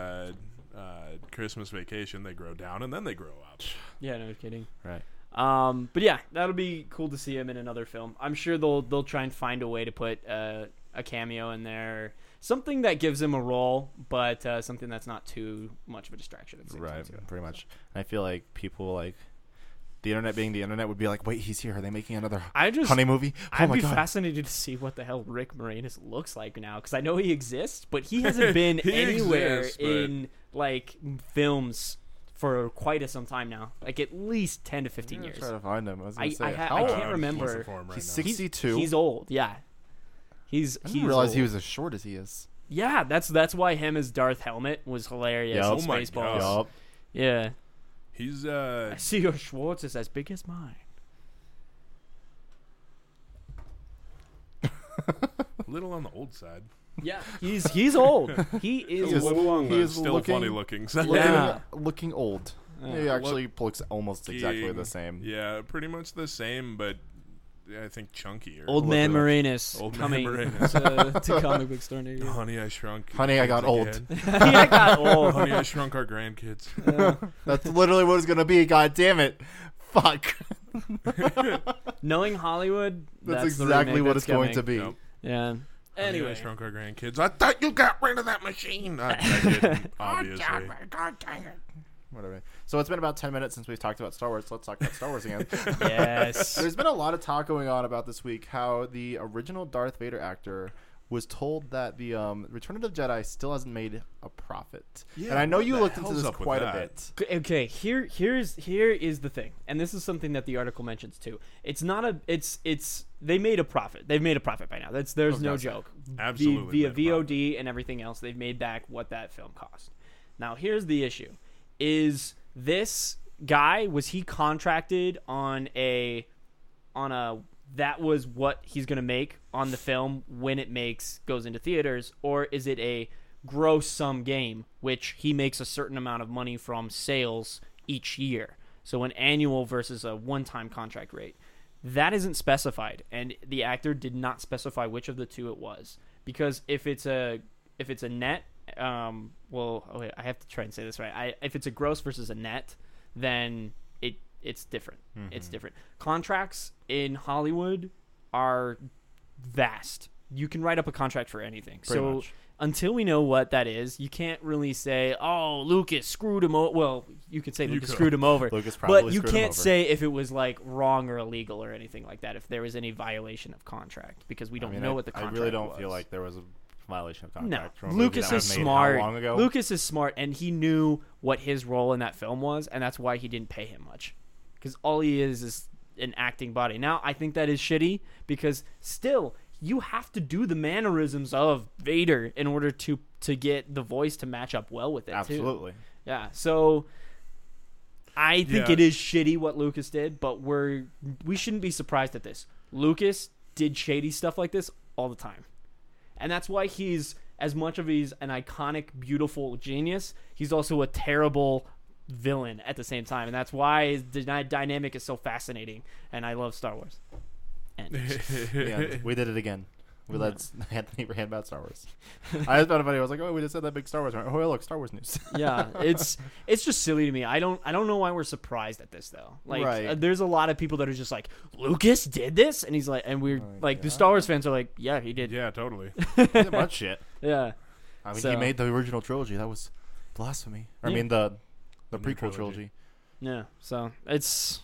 [SPEAKER 1] uh, uh, Christmas Vacation, they grow down and then they grow up.
[SPEAKER 3] Yeah, no kidding.
[SPEAKER 2] Right.
[SPEAKER 3] Um, but yeah, that'll be cool to see him in another film. I'm sure they'll they'll try and find a way to put uh, a cameo in there, something that gives him a role, but uh, something that's not too much of a distraction. At the same time,
[SPEAKER 2] Right,
[SPEAKER 3] too.
[SPEAKER 2] pretty much. I feel like people like the internet being the internet would be like, wait, he's here. Are they making another
[SPEAKER 3] I just
[SPEAKER 2] honey movie? Oh
[SPEAKER 3] I'd
[SPEAKER 2] my
[SPEAKER 3] be
[SPEAKER 2] god!
[SPEAKER 3] fascinated to see what the hell Rick Moranis looks like now because I know he exists, but he hasn't been
[SPEAKER 1] He
[SPEAKER 3] anywhere
[SPEAKER 1] exists, but-
[SPEAKER 3] in like films for quite a some time now, like at least ten to fifteen years.
[SPEAKER 2] Try to find him. I was gonna
[SPEAKER 3] I-
[SPEAKER 2] say,
[SPEAKER 3] I ha-
[SPEAKER 2] how
[SPEAKER 3] I
[SPEAKER 1] Uh,
[SPEAKER 2] old-
[SPEAKER 3] can't
[SPEAKER 1] what's
[SPEAKER 3] remember.
[SPEAKER 1] the form right
[SPEAKER 2] He's
[SPEAKER 1] now?
[SPEAKER 2] six-
[SPEAKER 3] He's-
[SPEAKER 2] 62?
[SPEAKER 3] He's, old. Yeah, he's.
[SPEAKER 2] I
[SPEAKER 3] he's
[SPEAKER 2] didn't realize
[SPEAKER 3] old.
[SPEAKER 2] he was as short as he is.
[SPEAKER 3] Yeah, that's that's why him as Darth Helmet was hilarious.
[SPEAKER 2] Yup.
[SPEAKER 3] in
[SPEAKER 1] Oh my
[SPEAKER 3] Spaceballs.
[SPEAKER 1] God.
[SPEAKER 2] Yup.
[SPEAKER 3] Yeah,
[SPEAKER 1] He's uh,
[SPEAKER 3] I see your Schwartz is as big as mine.
[SPEAKER 1] a little on the old side.
[SPEAKER 3] Yeah, he's he's old. He is.
[SPEAKER 2] He is-
[SPEAKER 3] old.
[SPEAKER 2] he
[SPEAKER 1] but
[SPEAKER 2] is
[SPEAKER 1] still
[SPEAKER 2] looking-
[SPEAKER 1] funny looking. so-
[SPEAKER 2] Looking,
[SPEAKER 3] Yeah.
[SPEAKER 2] looking old.
[SPEAKER 3] Yeah.
[SPEAKER 2] he actually looks almost exactly the
[SPEAKER 1] Looking-
[SPEAKER 2] same.
[SPEAKER 1] Yeah, pretty much the same, but I think chunkier.
[SPEAKER 3] Old man
[SPEAKER 2] Elizabeth.
[SPEAKER 3] Marinus
[SPEAKER 1] Old man
[SPEAKER 3] coming
[SPEAKER 1] Marinus.
[SPEAKER 3] to, to comic book store near you.
[SPEAKER 1] Honey, I shrunk.
[SPEAKER 2] Honey, I got
[SPEAKER 1] kids
[SPEAKER 2] old.
[SPEAKER 1] again.
[SPEAKER 3] yeah, I got old.
[SPEAKER 1] Honey, I shrunk our grandkids.
[SPEAKER 2] That's literally what it's gonna be. God damn it! Fuck.
[SPEAKER 3] Knowing Hollywood,
[SPEAKER 2] That's,
[SPEAKER 3] that's,
[SPEAKER 2] exactly what it's going to
[SPEAKER 3] coming.
[SPEAKER 2] be.
[SPEAKER 1] Yep.
[SPEAKER 3] Yeah.
[SPEAKER 1] Honey, I
[SPEAKER 3] Anyway,
[SPEAKER 1] shrunk our grandkids. I thought you got rid of that machine. I, I didn't, obviously.
[SPEAKER 4] God dang it.
[SPEAKER 2] Whatever. So it's been about ten minutes since we've talked about Star Wars. so Let's talk about Star Wars again.
[SPEAKER 3] yes.
[SPEAKER 2] There's been a lot of talk going on about this week how the original Darth Vader actor was told that the um, Return of the Jedi still hasn't made a profit.
[SPEAKER 1] Yeah,
[SPEAKER 2] and I know
[SPEAKER 1] what
[SPEAKER 2] you
[SPEAKER 1] the
[SPEAKER 2] looked into
[SPEAKER 1] hell's
[SPEAKER 2] this
[SPEAKER 1] up with
[SPEAKER 2] quite a
[SPEAKER 1] that?
[SPEAKER 2] bit.
[SPEAKER 3] Okay, here here's here is the thing. And this is something that the article mentions too. It's not a it's it's they made a profit. They've made a profit by now. That's there's no
[SPEAKER 2] course.
[SPEAKER 3] joke. V-
[SPEAKER 1] Oh, Absolutely
[SPEAKER 3] Via
[SPEAKER 1] made a profit.
[SPEAKER 3] VOD and everything else, they've made back what that film cost. Now, here's the issue. Is this guy was he contracted on a on a that was what he's going to make on the film when it makes goes into theaters or is it a gross sum game which he makes a certain amount of money from sales each year so an annual versus a one-time contract rate that isn't specified and the actor did not specify which of the two it was because if it's a if it's a net um well okay, I have to try and say this right I if it's a gross versus a net then it it's different.
[SPEAKER 2] Mm-hmm.
[SPEAKER 3] It's different. Contracts in Hollywood are vast. You can write up a contract for anything. so
[SPEAKER 2] much.
[SPEAKER 3] until we know what that is, you can't really say, "Oh, Lucas screwed him over." Well, you could say Lucas
[SPEAKER 1] could.
[SPEAKER 3] screwed him over,
[SPEAKER 2] Lucas
[SPEAKER 3] but
[SPEAKER 2] probably
[SPEAKER 3] you
[SPEAKER 2] screwed him
[SPEAKER 3] can't
[SPEAKER 2] over.
[SPEAKER 3] say if it was like wrong or illegal or anything like that. If there was any violation of contract, because we don't
[SPEAKER 2] I mean,
[SPEAKER 3] know
[SPEAKER 2] I,
[SPEAKER 3] what the
[SPEAKER 2] I
[SPEAKER 3] contract.
[SPEAKER 2] really don't
[SPEAKER 3] was.
[SPEAKER 2] feel like there was a violation of
[SPEAKER 3] No,
[SPEAKER 2] contract. from a movie
[SPEAKER 3] Lucas
[SPEAKER 2] that was made
[SPEAKER 3] is
[SPEAKER 2] how
[SPEAKER 3] smart.
[SPEAKER 2] Long ago,
[SPEAKER 3] Lucas is smart, and he knew what his role in that film was, and that's why he didn't pay him much, because all he is is an acting body. Now, I think that is shitty because still you have to do the mannerisms of Vader in order to to get the voice to match up well with it. too.
[SPEAKER 2] absolutely.
[SPEAKER 3] Yeah. So I think
[SPEAKER 1] Yeah.
[SPEAKER 3] it is shitty what Lucas did, but we're we shouldn't be surprised at this. Lucas did shady stuff like this all the time. And that's why he's as much of he's an iconic, beautiful genius, he's also a terrible villain at the same time. And that's why his dyna- dynamic is so fascinating and I love Star Wars. And
[SPEAKER 2] Yeah, we did it again. We let Anthony rant about Star Wars. I just found it funny. I was like, oh, we just had that big Star Wars. rant. Oh, yeah, look, Star Wars news.
[SPEAKER 3] yeah, it's it's just silly to me. I don't I don't know why we're surprised at this though. Like,
[SPEAKER 2] Right.
[SPEAKER 3] uh, there's a lot of people that are just like, Lucas did this, and he's like, and we're
[SPEAKER 2] Like,
[SPEAKER 3] like, the
[SPEAKER 2] yeah.
[SPEAKER 3] Star Wars fans are like, yeah, he did. Yeah,
[SPEAKER 1] Yeah, totally.
[SPEAKER 2] Isn't much shit. I mean, he
[SPEAKER 3] So-
[SPEAKER 2] made the original trilogy. That was blasphemy. I
[SPEAKER 3] Yeah.
[SPEAKER 2] mean, the the
[SPEAKER 1] New
[SPEAKER 2] prequel
[SPEAKER 1] trilogy.
[SPEAKER 2] trilogy.
[SPEAKER 3] yeah. So it's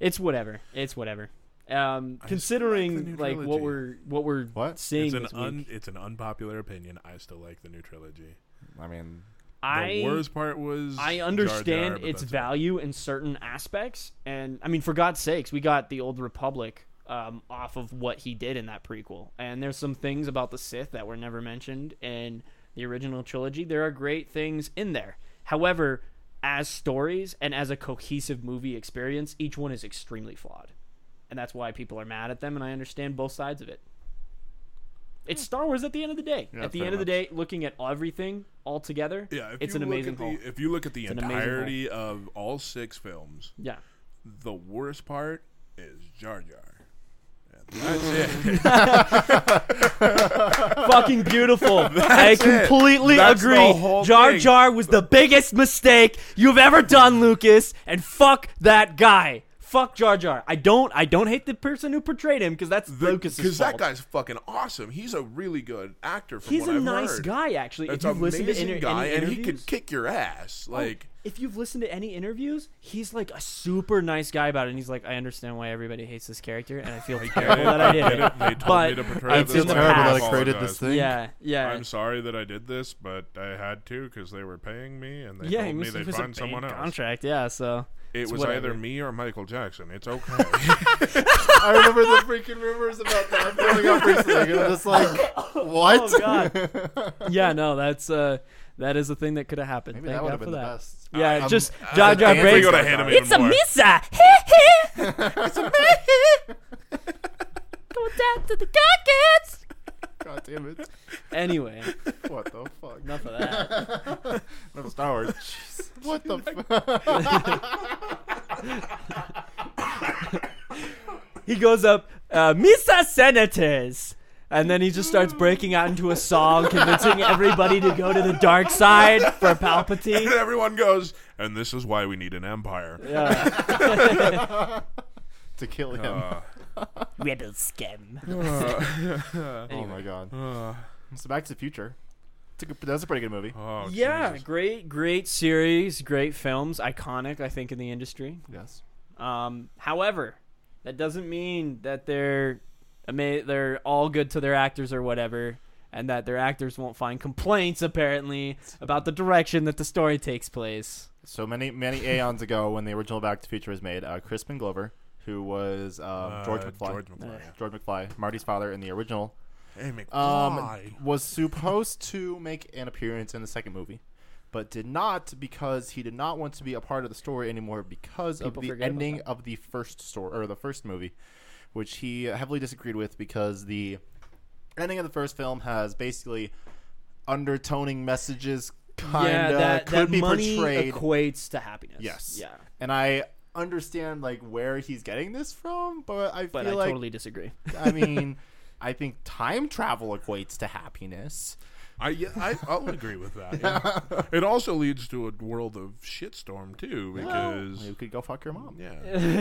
[SPEAKER 3] it's whatever. It's whatever. Um, considering
[SPEAKER 1] new
[SPEAKER 3] like what
[SPEAKER 1] trilogy.
[SPEAKER 3] we're what we're
[SPEAKER 2] What?
[SPEAKER 3] seeing
[SPEAKER 1] It's an
[SPEAKER 3] this week,
[SPEAKER 1] un, it's an unpopular opinion. I still like the new trilogy.
[SPEAKER 2] I mean,
[SPEAKER 3] I
[SPEAKER 1] the worst part was
[SPEAKER 3] I
[SPEAKER 1] Jar Jar,
[SPEAKER 3] understand
[SPEAKER 1] but
[SPEAKER 3] its
[SPEAKER 1] that's it.
[SPEAKER 3] value in certain aspects, and I mean, for God's sakes, we got the Old Republic um, off of what he did in that prequel, and there's some things about the Sith that were never mentioned in the original trilogy. There are great things in there. However, as stories and as a cohesive movie experience, each one is extremely flawed, and that's why people are mad at them. And I understand both sides of it. It's Star Wars at the end of the day.
[SPEAKER 2] Yeah,
[SPEAKER 3] at the
[SPEAKER 2] pretty
[SPEAKER 3] end of the day, looking at everything all together,
[SPEAKER 1] Yeah, if
[SPEAKER 3] it's
[SPEAKER 1] you
[SPEAKER 3] an
[SPEAKER 1] look
[SPEAKER 3] amazing
[SPEAKER 1] at
[SPEAKER 3] whole.
[SPEAKER 1] the, If you look at the
[SPEAKER 3] an amazing whole.
[SPEAKER 1] entirety of all six films,
[SPEAKER 3] Yeah.
[SPEAKER 1] the worst part is Jar Jar. That's it.
[SPEAKER 3] fucking beautiful. I completely
[SPEAKER 1] That's the
[SPEAKER 3] agree.
[SPEAKER 1] whole
[SPEAKER 3] Jar
[SPEAKER 1] thing.
[SPEAKER 3] Jar was the biggest mistake you've ever done, Lucas, and fuck that guy. Fuck Jar Jar. I don't I don't hate the person who portrayed him because that's Lucas's
[SPEAKER 1] Because that
[SPEAKER 3] fault.
[SPEAKER 1] guy's fucking awesome. He's a really good actor. From
[SPEAKER 3] He's
[SPEAKER 1] what
[SPEAKER 3] a
[SPEAKER 1] I've
[SPEAKER 3] nice
[SPEAKER 1] heard.
[SPEAKER 3] guy actually.
[SPEAKER 1] That's
[SPEAKER 3] if
[SPEAKER 1] an
[SPEAKER 3] you've listened to
[SPEAKER 1] amazing
[SPEAKER 3] inter-
[SPEAKER 1] guy,
[SPEAKER 3] any
[SPEAKER 1] and he could
[SPEAKER 3] interviews- Oh.
[SPEAKER 1] kick your ass. Like,
[SPEAKER 3] if you've listened to any interviews, he's like a super nice guy about it, and he's like, I understand why everybody hates this character, and I feel terrible that I did
[SPEAKER 1] get
[SPEAKER 3] it.
[SPEAKER 1] it. They told
[SPEAKER 3] But
[SPEAKER 1] me to portray
[SPEAKER 3] it's
[SPEAKER 1] this
[SPEAKER 3] in
[SPEAKER 1] way.
[SPEAKER 3] the
[SPEAKER 2] terrible that I
[SPEAKER 3] past.
[SPEAKER 2] created this thing.
[SPEAKER 3] Yeah, yeah.
[SPEAKER 1] I'm sorry that I did this, but I had to because they were paying me, and they
[SPEAKER 3] yeah,
[SPEAKER 1] told
[SPEAKER 3] he
[SPEAKER 1] me
[SPEAKER 3] was- it
[SPEAKER 1] they'd
[SPEAKER 3] was
[SPEAKER 1] find
[SPEAKER 3] a
[SPEAKER 1] someone
[SPEAKER 3] bad
[SPEAKER 1] else.
[SPEAKER 3] contract. Yeah, so
[SPEAKER 1] It
[SPEAKER 3] it's
[SPEAKER 1] was
[SPEAKER 3] whatever.
[SPEAKER 1] either me or Michael Jackson. It's okay.
[SPEAKER 2] I remember the freaking rumors about that going up recently. And I'm just like, what?
[SPEAKER 3] Oh god. yeah, no, that's uh that is a thing that could have happened.
[SPEAKER 2] Maybe
[SPEAKER 3] Thank
[SPEAKER 2] that would have
[SPEAKER 3] God
[SPEAKER 2] been
[SPEAKER 3] for
[SPEAKER 2] the
[SPEAKER 3] that.
[SPEAKER 2] best.
[SPEAKER 3] Yeah,
[SPEAKER 2] I'm-
[SPEAKER 3] just
[SPEAKER 2] I'm
[SPEAKER 3] Jar Jar
[SPEAKER 2] dancing
[SPEAKER 3] Binks-
[SPEAKER 1] We go to
[SPEAKER 2] right now.
[SPEAKER 1] Hanneman It's a more.
[SPEAKER 3] missa. it's a missa. Go down to the Ducats.
[SPEAKER 2] God damn it!
[SPEAKER 3] Anyway,
[SPEAKER 2] What the fuck?
[SPEAKER 3] enough of that.
[SPEAKER 2] No Star Wars. Jeez. What the fuck?
[SPEAKER 3] He goes up, uh, Missa Senators. And then he just starts breaking out into a song, convincing everybody to go to the dark side for
[SPEAKER 1] and
[SPEAKER 3] Palpatine.
[SPEAKER 1] everyone goes, and this is why we need an empire.
[SPEAKER 3] Yeah.
[SPEAKER 2] to kill him.
[SPEAKER 1] Uh,
[SPEAKER 3] Rebel scum.
[SPEAKER 2] oh my god. So Back to the Future. Took a- That's a pretty good movie.
[SPEAKER 1] oh,
[SPEAKER 3] yeah,
[SPEAKER 1] Jesus.
[SPEAKER 3] great, great series, great films, iconic, I think, in the industry.
[SPEAKER 2] Yes.
[SPEAKER 3] Um, however, that doesn't mean that they're ama- they're all good to their actors or whatever, and that their actors won't find complaints apparently about the direction that the story takes place.
[SPEAKER 2] So many many aeons ago, when the original Back to the Future was made, uh, Crispin Glover, who was um,
[SPEAKER 1] Uh,
[SPEAKER 2] George McFly,
[SPEAKER 1] George McFly.
[SPEAKER 2] George McFly, Marty's father in the original,
[SPEAKER 1] Hey,
[SPEAKER 2] um,
[SPEAKER 1] McFly.
[SPEAKER 2] was supposed to make an appearance in the second movie, but did not because he did not want to be a part of the story anymore because
[SPEAKER 3] People
[SPEAKER 2] of the
[SPEAKER 3] forget about
[SPEAKER 2] ending of the first story or the first movie, which he heavily disagreed with because the ending of the first film has basically undertoning messages kind
[SPEAKER 3] yeah,
[SPEAKER 2] of
[SPEAKER 3] that
[SPEAKER 2] could
[SPEAKER 3] that
[SPEAKER 2] be
[SPEAKER 3] money
[SPEAKER 2] portrayed
[SPEAKER 3] equates to happiness.
[SPEAKER 2] Yes.
[SPEAKER 3] Yeah,
[SPEAKER 2] and I understand like where he's getting this from, but I
[SPEAKER 3] but
[SPEAKER 2] feel
[SPEAKER 3] I
[SPEAKER 2] like
[SPEAKER 3] totally disagree.
[SPEAKER 2] I mean, I think time travel equates to happiness.
[SPEAKER 1] I, yeah, I, I'll agree with that. yeah. It also leads to a world of shitstorm, too, because.
[SPEAKER 2] You could go fuck your mom.
[SPEAKER 1] yeah.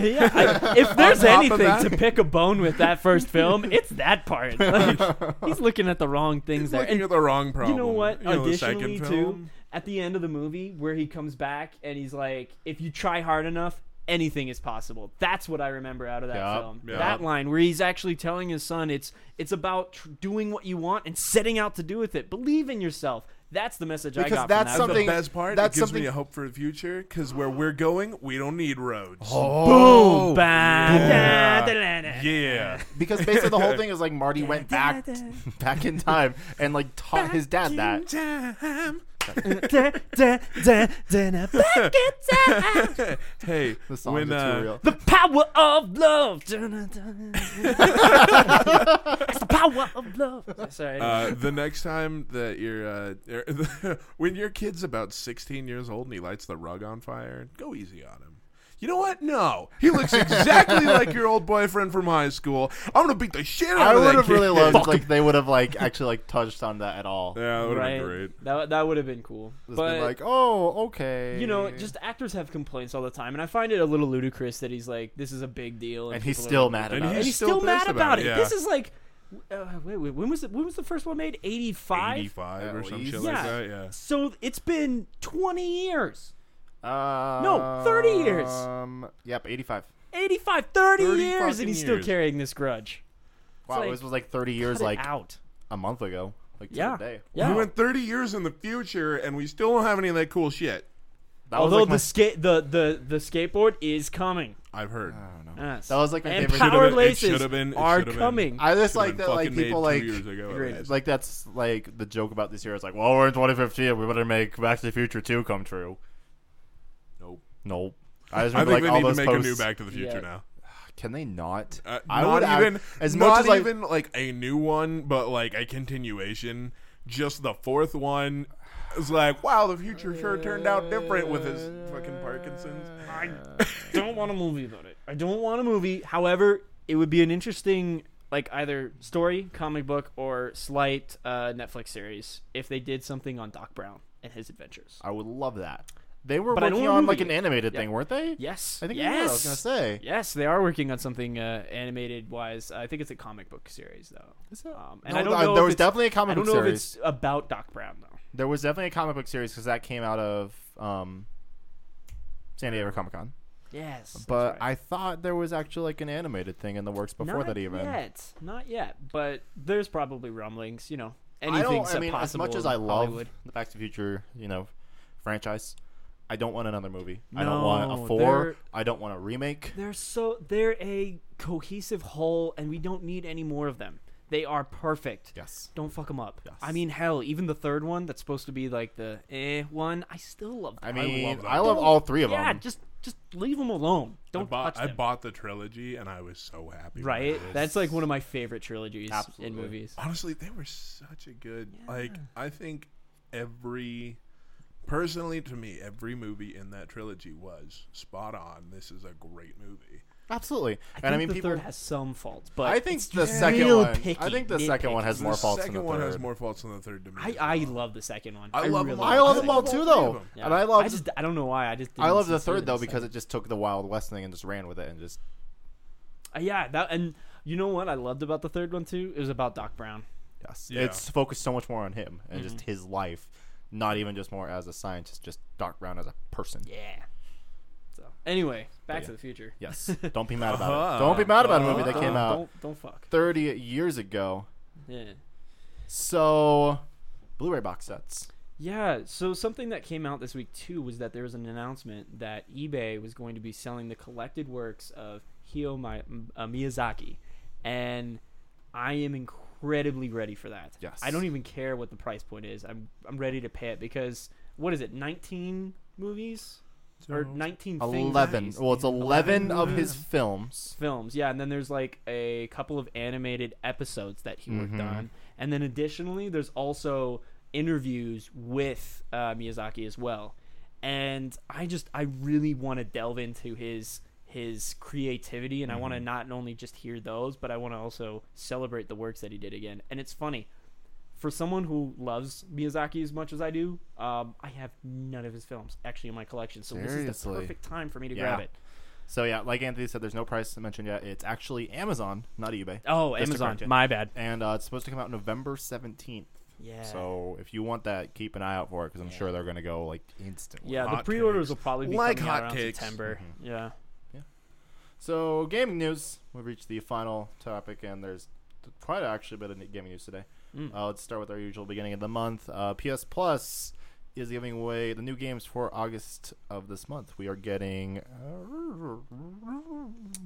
[SPEAKER 3] yeah, I- if there's
[SPEAKER 1] top of
[SPEAKER 3] anything
[SPEAKER 1] that-
[SPEAKER 3] to pick a bone with that first film, it's that part. Like, he's looking at the wrong things there.
[SPEAKER 1] Looking
[SPEAKER 3] And
[SPEAKER 1] at the wrong problem.
[SPEAKER 3] You know what?
[SPEAKER 1] the
[SPEAKER 3] Additionally,
[SPEAKER 1] second
[SPEAKER 3] too,
[SPEAKER 1] film?
[SPEAKER 3] at the end of the movie where he comes back and he's like, "If you try hard enough, anything is possible. That's what I remember out of that
[SPEAKER 2] Yup.
[SPEAKER 3] film.
[SPEAKER 1] Yup.
[SPEAKER 3] That line where he's actually telling his son, it's it's about tr- doing what you want and setting out to do with it. Believe in yourself. That's the message I
[SPEAKER 2] Because
[SPEAKER 3] got.
[SPEAKER 2] that's
[SPEAKER 3] from
[SPEAKER 1] the
[SPEAKER 3] that
[SPEAKER 2] something-
[SPEAKER 3] Film.
[SPEAKER 1] best part.
[SPEAKER 2] that's
[SPEAKER 1] it gives
[SPEAKER 2] something-
[SPEAKER 1] me a hope for the future because where we're going, we don't need roads.
[SPEAKER 2] Oh.
[SPEAKER 3] Boom. Ba- da-
[SPEAKER 1] Yeah.
[SPEAKER 3] da- da- da-
[SPEAKER 1] Yeah,
[SPEAKER 2] Because basically the whole thing is like Marty went back back in time and like taught his dad that.
[SPEAKER 3] da- da- da- da- da- Back in time.
[SPEAKER 1] hey,
[SPEAKER 2] The songs
[SPEAKER 1] when
[SPEAKER 2] are too
[SPEAKER 1] uh,
[SPEAKER 2] real.
[SPEAKER 3] The power of love. Da- da- da- da- It's the power of love. Sorry.
[SPEAKER 1] Uh, the next time that you're, uh, er- when your kid's about 16 years old and he lights the rug on fire, go easy on him. You know what? No, he looks exactly like your old boyfriend from high school. I'm gonna beat the shit out
[SPEAKER 2] I
[SPEAKER 1] of that
[SPEAKER 2] would have
[SPEAKER 1] kid.
[SPEAKER 2] really loved if, like they would have like actually like touched on that at all.
[SPEAKER 1] Yeah, that would have
[SPEAKER 3] right?
[SPEAKER 1] been great.
[SPEAKER 3] That that would have been cool.
[SPEAKER 2] Just
[SPEAKER 3] but
[SPEAKER 2] been like, oh, okay.
[SPEAKER 3] you know, just actors have complaints all the time, and I find it a little ludicrous that he's like, "This is a big deal,"
[SPEAKER 2] and he's
[SPEAKER 3] people are-
[SPEAKER 2] still mad
[SPEAKER 1] And
[SPEAKER 2] about it.
[SPEAKER 3] and
[SPEAKER 1] he's
[SPEAKER 3] he's still,
[SPEAKER 1] still
[SPEAKER 3] mad
[SPEAKER 1] pissed
[SPEAKER 3] about
[SPEAKER 1] about
[SPEAKER 3] it.
[SPEAKER 1] it, yeah.
[SPEAKER 3] This is like, uh, wait, wait, when was it? When was the first one made? Eighty five.
[SPEAKER 1] 85 or
[SPEAKER 2] At
[SPEAKER 1] some
[SPEAKER 2] least.
[SPEAKER 1] shit
[SPEAKER 3] Yeah.
[SPEAKER 1] like that. Yeah.
[SPEAKER 3] So it's been twenty years.
[SPEAKER 2] Uh,
[SPEAKER 3] No, 30 years.
[SPEAKER 2] Um, yep, 85.
[SPEAKER 3] 85, 30,
[SPEAKER 1] 30
[SPEAKER 3] years, and
[SPEAKER 1] fucking
[SPEAKER 3] he's still
[SPEAKER 1] years.
[SPEAKER 3] carrying this grudge.
[SPEAKER 2] Wow,
[SPEAKER 3] like-
[SPEAKER 2] this was like 30 years
[SPEAKER 3] Cut it
[SPEAKER 2] like
[SPEAKER 3] out.
[SPEAKER 2] a month ago. Like
[SPEAKER 3] Yeah.
[SPEAKER 2] today.
[SPEAKER 3] Yeah.
[SPEAKER 1] We went 30 years in the future and we still don't have any of that cool shit.
[SPEAKER 2] That
[SPEAKER 3] Although the,
[SPEAKER 2] was
[SPEAKER 3] skate the, the the skateboard is coming.
[SPEAKER 1] I've heard.
[SPEAKER 2] like my, I don't know.
[SPEAKER 3] Yes.
[SPEAKER 2] That was like my
[SPEAKER 3] and
[SPEAKER 2] favorite.
[SPEAKER 1] should've
[SPEAKER 3] power
[SPEAKER 1] been- Oh. it
[SPEAKER 3] laces
[SPEAKER 1] should've been- it
[SPEAKER 3] are
[SPEAKER 1] should've been-
[SPEAKER 3] coming.
[SPEAKER 2] I just
[SPEAKER 1] Should've
[SPEAKER 2] like
[SPEAKER 1] been
[SPEAKER 2] that, like
[SPEAKER 1] fucking made
[SPEAKER 2] people
[SPEAKER 1] two
[SPEAKER 2] like,
[SPEAKER 1] years ago,
[SPEAKER 3] Agreed.
[SPEAKER 1] otherwise.
[SPEAKER 2] like that's like the joke about this year. It's like, well, we're in 2015, we better make Back to the Future 2 come true.
[SPEAKER 1] Nope.
[SPEAKER 2] Nope. I just
[SPEAKER 1] I
[SPEAKER 2] remember
[SPEAKER 1] think
[SPEAKER 2] like
[SPEAKER 1] they
[SPEAKER 2] all
[SPEAKER 1] need to
[SPEAKER 2] those
[SPEAKER 1] make
[SPEAKER 2] posts.
[SPEAKER 1] a new Back to the Future
[SPEAKER 3] Yeah.
[SPEAKER 1] now.
[SPEAKER 2] Can they not?
[SPEAKER 1] Uh,
[SPEAKER 2] I
[SPEAKER 1] not
[SPEAKER 2] would act-
[SPEAKER 1] even
[SPEAKER 2] as
[SPEAKER 1] not
[SPEAKER 2] much as I-
[SPEAKER 1] even like a new one, but like a continuation. Just the fourth one is like, wow, the future sure turned out different with his fucking Parkinson's.
[SPEAKER 3] I don't want a movie about it. I don't want a movie. However, it would be an interesting, like either story, comic book, or slight uh, Netflix series if they did something on Doc Brown and his adventures.
[SPEAKER 2] I would love that. They were
[SPEAKER 3] But I don't
[SPEAKER 2] working
[SPEAKER 3] want
[SPEAKER 2] on
[SPEAKER 3] to
[SPEAKER 2] like an
[SPEAKER 3] movie it.
[SPEAKER 2] animated
[SPEAKER 3] Yeah.
[SPEAKER 2] thing, weren't they?
[SPEAKER 3] Yes,
[SPEAKER 2] I think
[SPEAKER 3] yes.
[SPEAKER 2] they were, I was gonna say.
[SPEAKER 3] Yes, they are working on something uh, animated wise. I think it's a comic book series though. Um, and
[SPEAKER 2] No,
[SPEAKER 3] I don't
[SPEAKER 2] uh,
[SPEAKER 3] know
[SPEAKER 2] there
[SPEAKER 3] if
[SPEAKER 2] was
[SPEAKER 3] it's-
[SPEAKER 2] definitely a comic
[SPEAKER 3] I don't
[SPEAKER 2] book
[SPEAKER 3] know
[SPEAKER 2] series.
[SPEAKER 3] if it's about Doc Brown though.
[SPEAKER 2] There was definitely a comic book series because that came out of um, San Diego Comic Con.
[SPEAKER 3] Yes, that's
[SPEAKER 2] But
[SPEAKER 3] right.
[SPEAKER 2] I thought there was actually like an animated thing in the works before
[SPEAKER 3] Not
[SPEAKER 2] that even.
[SPEAKER 3] yet, not yet. But there's probably rumblings. You know,
[SPEAKER 2] I don't.
[SPEAKER 3] anything's
[SPEAKER 2] I mean, as
[SPEAKER 3] possible.
[SPEAKER 2] much as
[SPEAKER 3] in
[SPEAKER 2] I love
[SPEAKER 3] Hollywood.
[SPEAKER 2] the Back to the Future, you know, franchise, I don't want another movie. I
[SPEAKER 3] No,
[SPEAKER 2] don't want a
[SPEAKER 3] they're-
[SPEAKER 2] four. I don't want a remake.
[SPEAKER 3] They're so they're a cohesive whole, and we don't need any more of them. They are perfect.
[SPEAKER 2] Yes.
[SPEAKER 3] Don't fuck them up.
[SPEAKER 2] Yes.
[SPEAKER 3] I mean, hell, even the third one that's supposed to be like the eh one, I still love.
[SPEAKER 2] I
[SPEAKER 3] that.
[SPEAKER 2] mean, I love,
[SPEAKER 1] love that.
[SPEAKER 2] all three of
[SPEAKER 3] yeah,
[SPEAKER 2] them.
[SPEAKER 3] just just leave them alone.
[SPEAKER 1] I
[SPEAKER 3] Don't
[SPEAKER 1] bought,
[SPEAKER 3] touch
[SPEAKER 1] I
[SPEAKER 3] them.
[SPEAKER 1] bought the trilogy and I was so happy. when I
[SPEAKER 3] right?
[SPEAKER 1] did.
[SPEAKER 3] That's like one of my favorite trilogies in
[SPEAKER 2] Absolutely.
[SPEAKER 3] movies.
[SPEAKER 1] honestly they were such a good like i think every personally to me every movie in that trilogy was spot on this is a great movie
[SPEAKER 2] Absolutely.
[SPEAKER 3] I
[SPEAKER 2] and I
[SPEAKER 3] think
[SPEAKER 2] mean,
[SPEAKER 3] the
[SPEAKER 2] people.
[SPEAKER 3] third has some faults, but
[SPEAKER 2] I think
[SPEAKER 3] it's
[SPEAKER 2] the second
[SPEAKER 3] real
[SPEAKER 2] one.
[SPEAKER 3] Picky,
[SPEAKER 2] I think the second one
[SPEAKER 3] nitpicky.
[SPEAKER 2] has more
[SPEAKER 1] the
[SPEAKER 2] faults
[SPEAKER 1] second
[SPEAKER 2] than the
[SPEAKER 1] one
[SPEAKER 2] third.
[SPEAKER 1] has more faults than the third to me
[SPEAKER 3] I,
[SPEAKER 1] as
[SPEAKER 3] I
[SPEAKER 1] well.
[SPEAKER 3] love the second one.
[SPEAKER 1] I love 'em
[SPEAKER 3] really
[SPEAKER 1] all.
[SPEAKER 2] I love them all
[SPEAKER 1] all
[SPEAKER 2] too,
[SPEAKER 1] three of
[SPEAKER 2] though,
[SPEAKER 1] them.
[SPEAKER 3] Yeah.
[SPEAKER 2] and I love.
[SPEAKER 3] I just I don't know why I just
[SPEAKER 2] I
[SPEAKER 3] didn't
[SPEAKER 2] love the
[SPEAKER 3] see
[SPEAKER 2] third though
[SPEAKER 3] second.
[SPEAKER 2] because it just took the Wild West thing and just ran with it and just
[SPEAKER 3] Uh, yeah, that and you know what I loved about the third one too? It was about Doc Brown.
[SPEAKER 2] yes,
[SPEAKER 1] Yeah.
[SPEAKER 2] it's focused so much more on him and just
[SPEAKER 3] Mm-hmm.
[SPEAKER 2] his life, not even just more as a scientist, just Doc Brown as a person.
[SPEAKER 3] Yeah. So anyway, Back
[SPEAKER 2] yeah.
[SPEAKER 3] to the Future.
[SPEAKER 2] Yes, don't be mad about
[SPEAKER 1] Uh-huh.
[SPEAKER 2] it. Don't be mad about a movie that
[SPEAKER 3] Don't-
[SPEAKER 2] came out
[SPEAKER 3] Uh-huh. Don't, don't fuck.
[SPEAKER 2] 30 years ago.
[SPEAKER 3] Yeah.
[SPEAKER 2] So, Blu-ray box sets.
[SPEAKER 3] Yeah. So something that came out this week too was that there was an announcement that eBay was going to be selling the collected works of Hio Mi- uh, Miyazaki, and I am incredibly ready for that.
[SPEAKER 2] Yes.
[SPEAKER 3] I don't even care what the price point is. I'm I'm ready to pay it because what is it? 19 movies or 19 things
[SPEAKER 2] 11.
[SPEAKER 3] he's-
[SPEAKER 2] Well, it's 11 of his films.
[SPEAKER 3] films. Yeah, and then there's like a couple of animated episodes that he worked
[SPEAKER 2] Mm-hmm.
[SPEAKER 3] on, and then additionally, there's also interviews with uh, Miyazaki as well. And I just I really want to delve into his his creativity, and I
[SPEAKER 2] Mm-hmm.
[SPEAKER 3] want to not only just hear those, but I want to also celebrate the works that he did again. And it's funny. For someone who loves Miyazaki as much as I do, um, I have none of his films actually in my collection. So this is the
[SPEAKER 2] Seriously?
[SPEAKER 3] perfect time for me to
[SPEAKER 2] Yeah.
[SPEAKER 3] grab it.
[SPEAKER 2] So yeah, like Anthony said, there's no price mentioned yet. It's actually Amazon, not eBay.
[SPEAKER 3] Oh,
[SPEAKER 2] Just to
[SPEAKER 3] Amazon.
[SPEAKER 2] correct you.
[SPEAKER 3] My bad.
[SPEAKER 2] And uh, it's supposed to come out November 17th.
[SPEAKER 3] Yeah.
[SPEAKER 2] So if you want that, keep an eye out for it because I'm sure they're going to go like instantly.
[SPEAKER 3] Yeah, the
[SPEAKER 1] Hot
[SPEAKER 3] pre-orders
[SPEAKER 1] takes. Mm-hmm.
[SPEAKER 3] will probably be
[SPEAKER 1] Like
[SPEAKER 3] coming out
[SPEAKER 1] hot
[SPEAKER 3] around
[SPEAKER 1] takes.
[SPEAKER 3] September. Yeah,
[SPEAKER 2] So, gaming news. We've reached the final topic, and there's quite actually a bit of gaming news today.
[SPEAKER 3] Mm.
[SPEAKER 2] Uh, let's start with our usual beginning of the month. Uh, PS Plus is giving away the new games for August of this month. We are getting uh,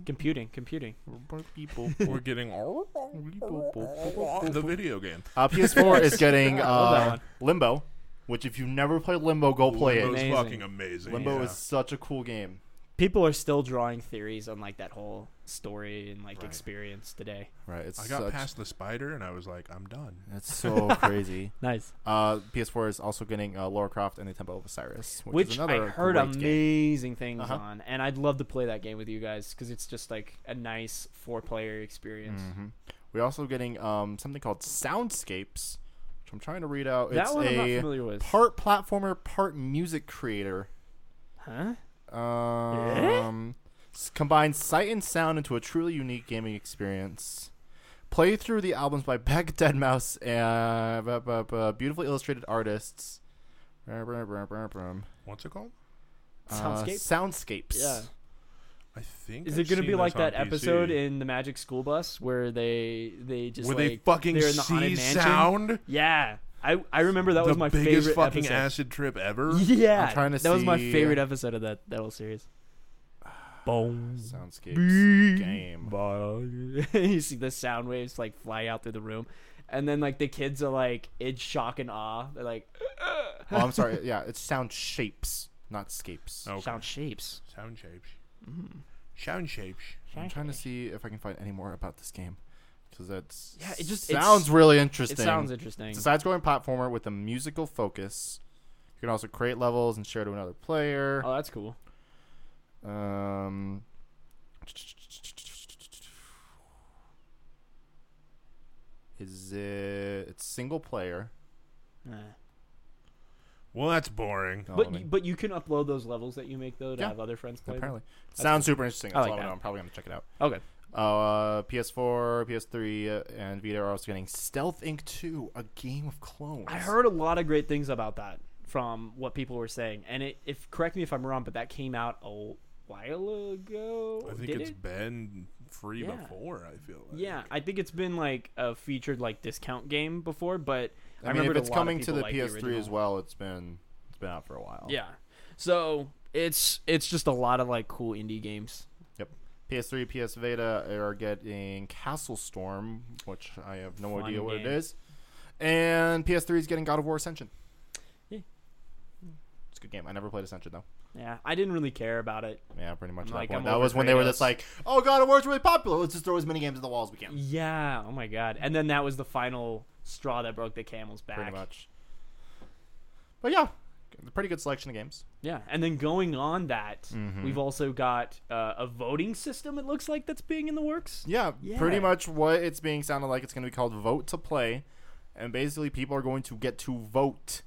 [SPEAKER 3] Computing, computing.
[SPEAKER 2] people.
[SPEAKER 1] We're getting all the video game.
[SPEAKER 2] Uh, PS4 is getting
[SPEAKER 3] Love that
[SPEAKER 2] uh,
[SPEAKER 3] one.
[SPEAKER 2] Limbo, which if you've never played Limbo, go play
[SPEAKER 1] Limbo's
[SPEAKER 2] it.
[SPEAKER 3] Amazing.
[SPEAKER 1] fucking amazing.
[SPEAKER 2] Limbo
[SPEAKER 1] yeah.
[SPEAKER 2] is such a cool game.
[SPEAKER 3] People are still drawing theories on like that whole story and like
[SPEAKER 1] Right.
[SPEAKER 3] experience today.
[SPEAKER 2] Right, it's
[SPEAKER 1] I got
[SPEAKER 2] such,
[SPEAKER 1] past the spider and I was like, I'm done.
[SPEAKER 2] It's so crazy.
[SPEAKER 3] Nice.
[SPEAKER 2] Uh, PS4 is also getting uh, Lara Croft and the Temple of Osiris, which,
[SPEAKER 3] Which,
[SPEAKER 2] is
[SPEAKER 3] I
[SPEAKER 2] another
[SPEAKER 3] heard
[SPEAKER 2] great game.
[SPEAKER 3] amazing things
[SPEAKER 2] Uh-huh.
[SPEAKER 3] on, and I'd love to play that game with you guys because it's just like a nice four-player experience.
[SPEAKER 1] Mm.
[SPEAKER 2] Mhm. We're also getting um, something called Soundscapes, which I'm trying to read out.
[SPEAKER 3] That
[SPEAKER 2] it's
[SPEAKER 3] one I'm not
[SPEAKER 2] a
[SPEAKER 3] familiar with.
[SPEAKER 2] part platformer, part music creator.
[SPEAKER 3] huh? Eh?
[SPEAKER 2] Um, s- combine sight and sound into a truly unique gaming experience. Play through the albums by Beck, Dead Mouse, and uh, bu- bu- bu- beautifully illustrated artists. Uh, Brum, brum, brum, brum, brum.
[SPEAKER 1] What's it called?
[SPEAKER 2] Uh,
[SPEAKER 3] Soundscape?
[SPEAKER 2] soundscapes.
[SPEAKER 3] Yeah.
[SPEAKER 1] I think.
[SPEAKER 3] Is
[SPEAKER 1] I've
[SPEAKER 3] it going to be
[SPEAKER 1] seen
[SPEAKER 3] like
[SPEAKER 1] this on
[SPEAKER 3] that episode
[SPEAKER 1] PC.
[SPEAKER 3] in the Magic School Bus where they they just
[SPEAKER 1] where
[SPEAKER 3] like,
[SPEAKER 1] they fucking
[SPEAKER 3] they're in the
[SPEAKER 1] see
[SPEAKER 3] haunted mansion?
[SPEAKER 1] sound?
[SPEAKER 3] Yeah, I I remember that
[SPEAKER 1] the
[SPEAKER 3] was my
[SPEAKER 1] biggest
[SPEAKER 3] favorite
[SPEAKER 1] fucking
[SPEAKER 3] episode.
[SPEAKER 1] acid trip ever.
[SPEAKER 3] Yeah,
[SPEAKER 2] I'm trying to
[SPEAKER 3] that was my
[SPEAKER 2] see-
[SPEAKER 3] favorite episode of that that whole series. Boom.
[SPEAKER 2] Soundscapes. Game.
[SPEAKER 3] you see the sound waves like fly out through the room, and then like the kids are like in shock and awe. They're like
[SPEAKER 2] Oh, I'm sorry. Yeah, it's sound shapes, not scapes.
[SPEAKER 1] Okay.
[SPEAKER 3] sound mm-hmm. shapes.
[SPEAKER 1] Sound shapes. Sound shapes.
[SPEAKER 2] I'm trying to see if I can find any more about this game because that's
[SPEAKER 3] Yeah, it just- it's-
[SPEAKER 2] sounds really
[SPEAKER 3] It
[SPEAKER 2] interesting.
[SPEAKER 3] sounds interesting.
[SPEAKER 2] It's a side-scrolling platformer with a musical focus. You can also create levels and share to another player.
[SPEAKER 3] Oh, that's cool.
[SPEAKER 2] Um, is it? It's single player.
[SPEAKER 3] Eh.
[SPEAKER 1] Well, that's boring.
[SPEAKER 2] No,
[SPEAKER 3] But
[SPEAKER 2] I
[SPEAKER 3] you-
[SPEAKER 2] mean-
[SPEAKER 3] but you can upload those levels that you make though to
[SPEAKER 2] Yeah.
[SPEAKER 3] have other friends play. them.
[SPEAKER 2] apparently sounds super interesting. That's
[SPEAKER 3] I like
[SPEAKER 2] all I
[SPEAKER 3] that.
[SPEAKER 2] know. I'm probably gonna check it out.
[SPEAKER 3] Okay.
[SPEAKER 2] Uh, PS4, PS3, uh, and Vita are also getting Stealth Inc. 2, a game of clones.
[SPEAKER 3] I heard a lot of great things about that from what people were saying, and it, if correct me if I'm wrong, but that came out a while ago.
[SPEAKER 1] I think
[SPEAKER 3] Did
[SPEAKER 1] it's
[SPEAKER 3] it?
[SPEAKER 1] been free
[SPEAKER 3] Yeah.
[SPEAKER 1] before. I feel. Like.
[SPEAKER 3] Yeah, I think it's been like a featured like discount game before, but
[SPEAKER 2] I,
[SPEAKER 3] I,
[SPEAKER 2] mean,
[SPEAKER 3] remember
[SPEAKER 2] if it's coming to the PS3
[SPEAKER 3] PS3
[SPEAKER 2] as well, it's been it's been out for a while.
[SPEAKER 3] Yeah, so it's it's just a lot of like cool indie games.
[SPEAKER 2] Yep. PS3, PS Vita are getting Castle Storm, which I have no
[SPEAKER 3] Fun
[SPEAKER 2] idea what
[SPEAKER 3] game.
[SPEAKER 2] it is. And PS3 is getting God of War Ascension.
[SPEAKER 3] Yeah.
[SPEAKER 2] It's a good game. I never played Ascension though.
[SPEAKER 3] Yeah, I didn't really care about it.
[SPEAKER 2] Yeah, pretty much. at
[SPEAKER 3] Like,
[SPEAKER 2] that point.
[SPEAKER 3] I'm
[SPEAKER 2] that
[SPEAKER 3] over
[SPEAKER 2] was when they were
[SPEAKER 3] Kratos.
[SPEAKER 2] just like, "Oh, God of War's really popular. Let's just throw as many games at the wall as we can."
[SPEAKER 3] Yeah. Oh my god. And then that was the final straw that broke the camel's back.
[SPEAKER 2] Pretty much. But yeah, a pretty good selection of games.
[SPEAKER 3] Yeah, and then going on that,
[SPEAKER 2] Mm-hmm.
[SPEAKER 3] we've also got uh, a voting system. It looks like that's being in the works.
[SPEAKER 2] Yeah,
[SPEAKER 3] Yeah.
[SPEAKER 2] pretty much what it's being sounded like. It's going to be called Vote to Play, and basically people are going to get to vote,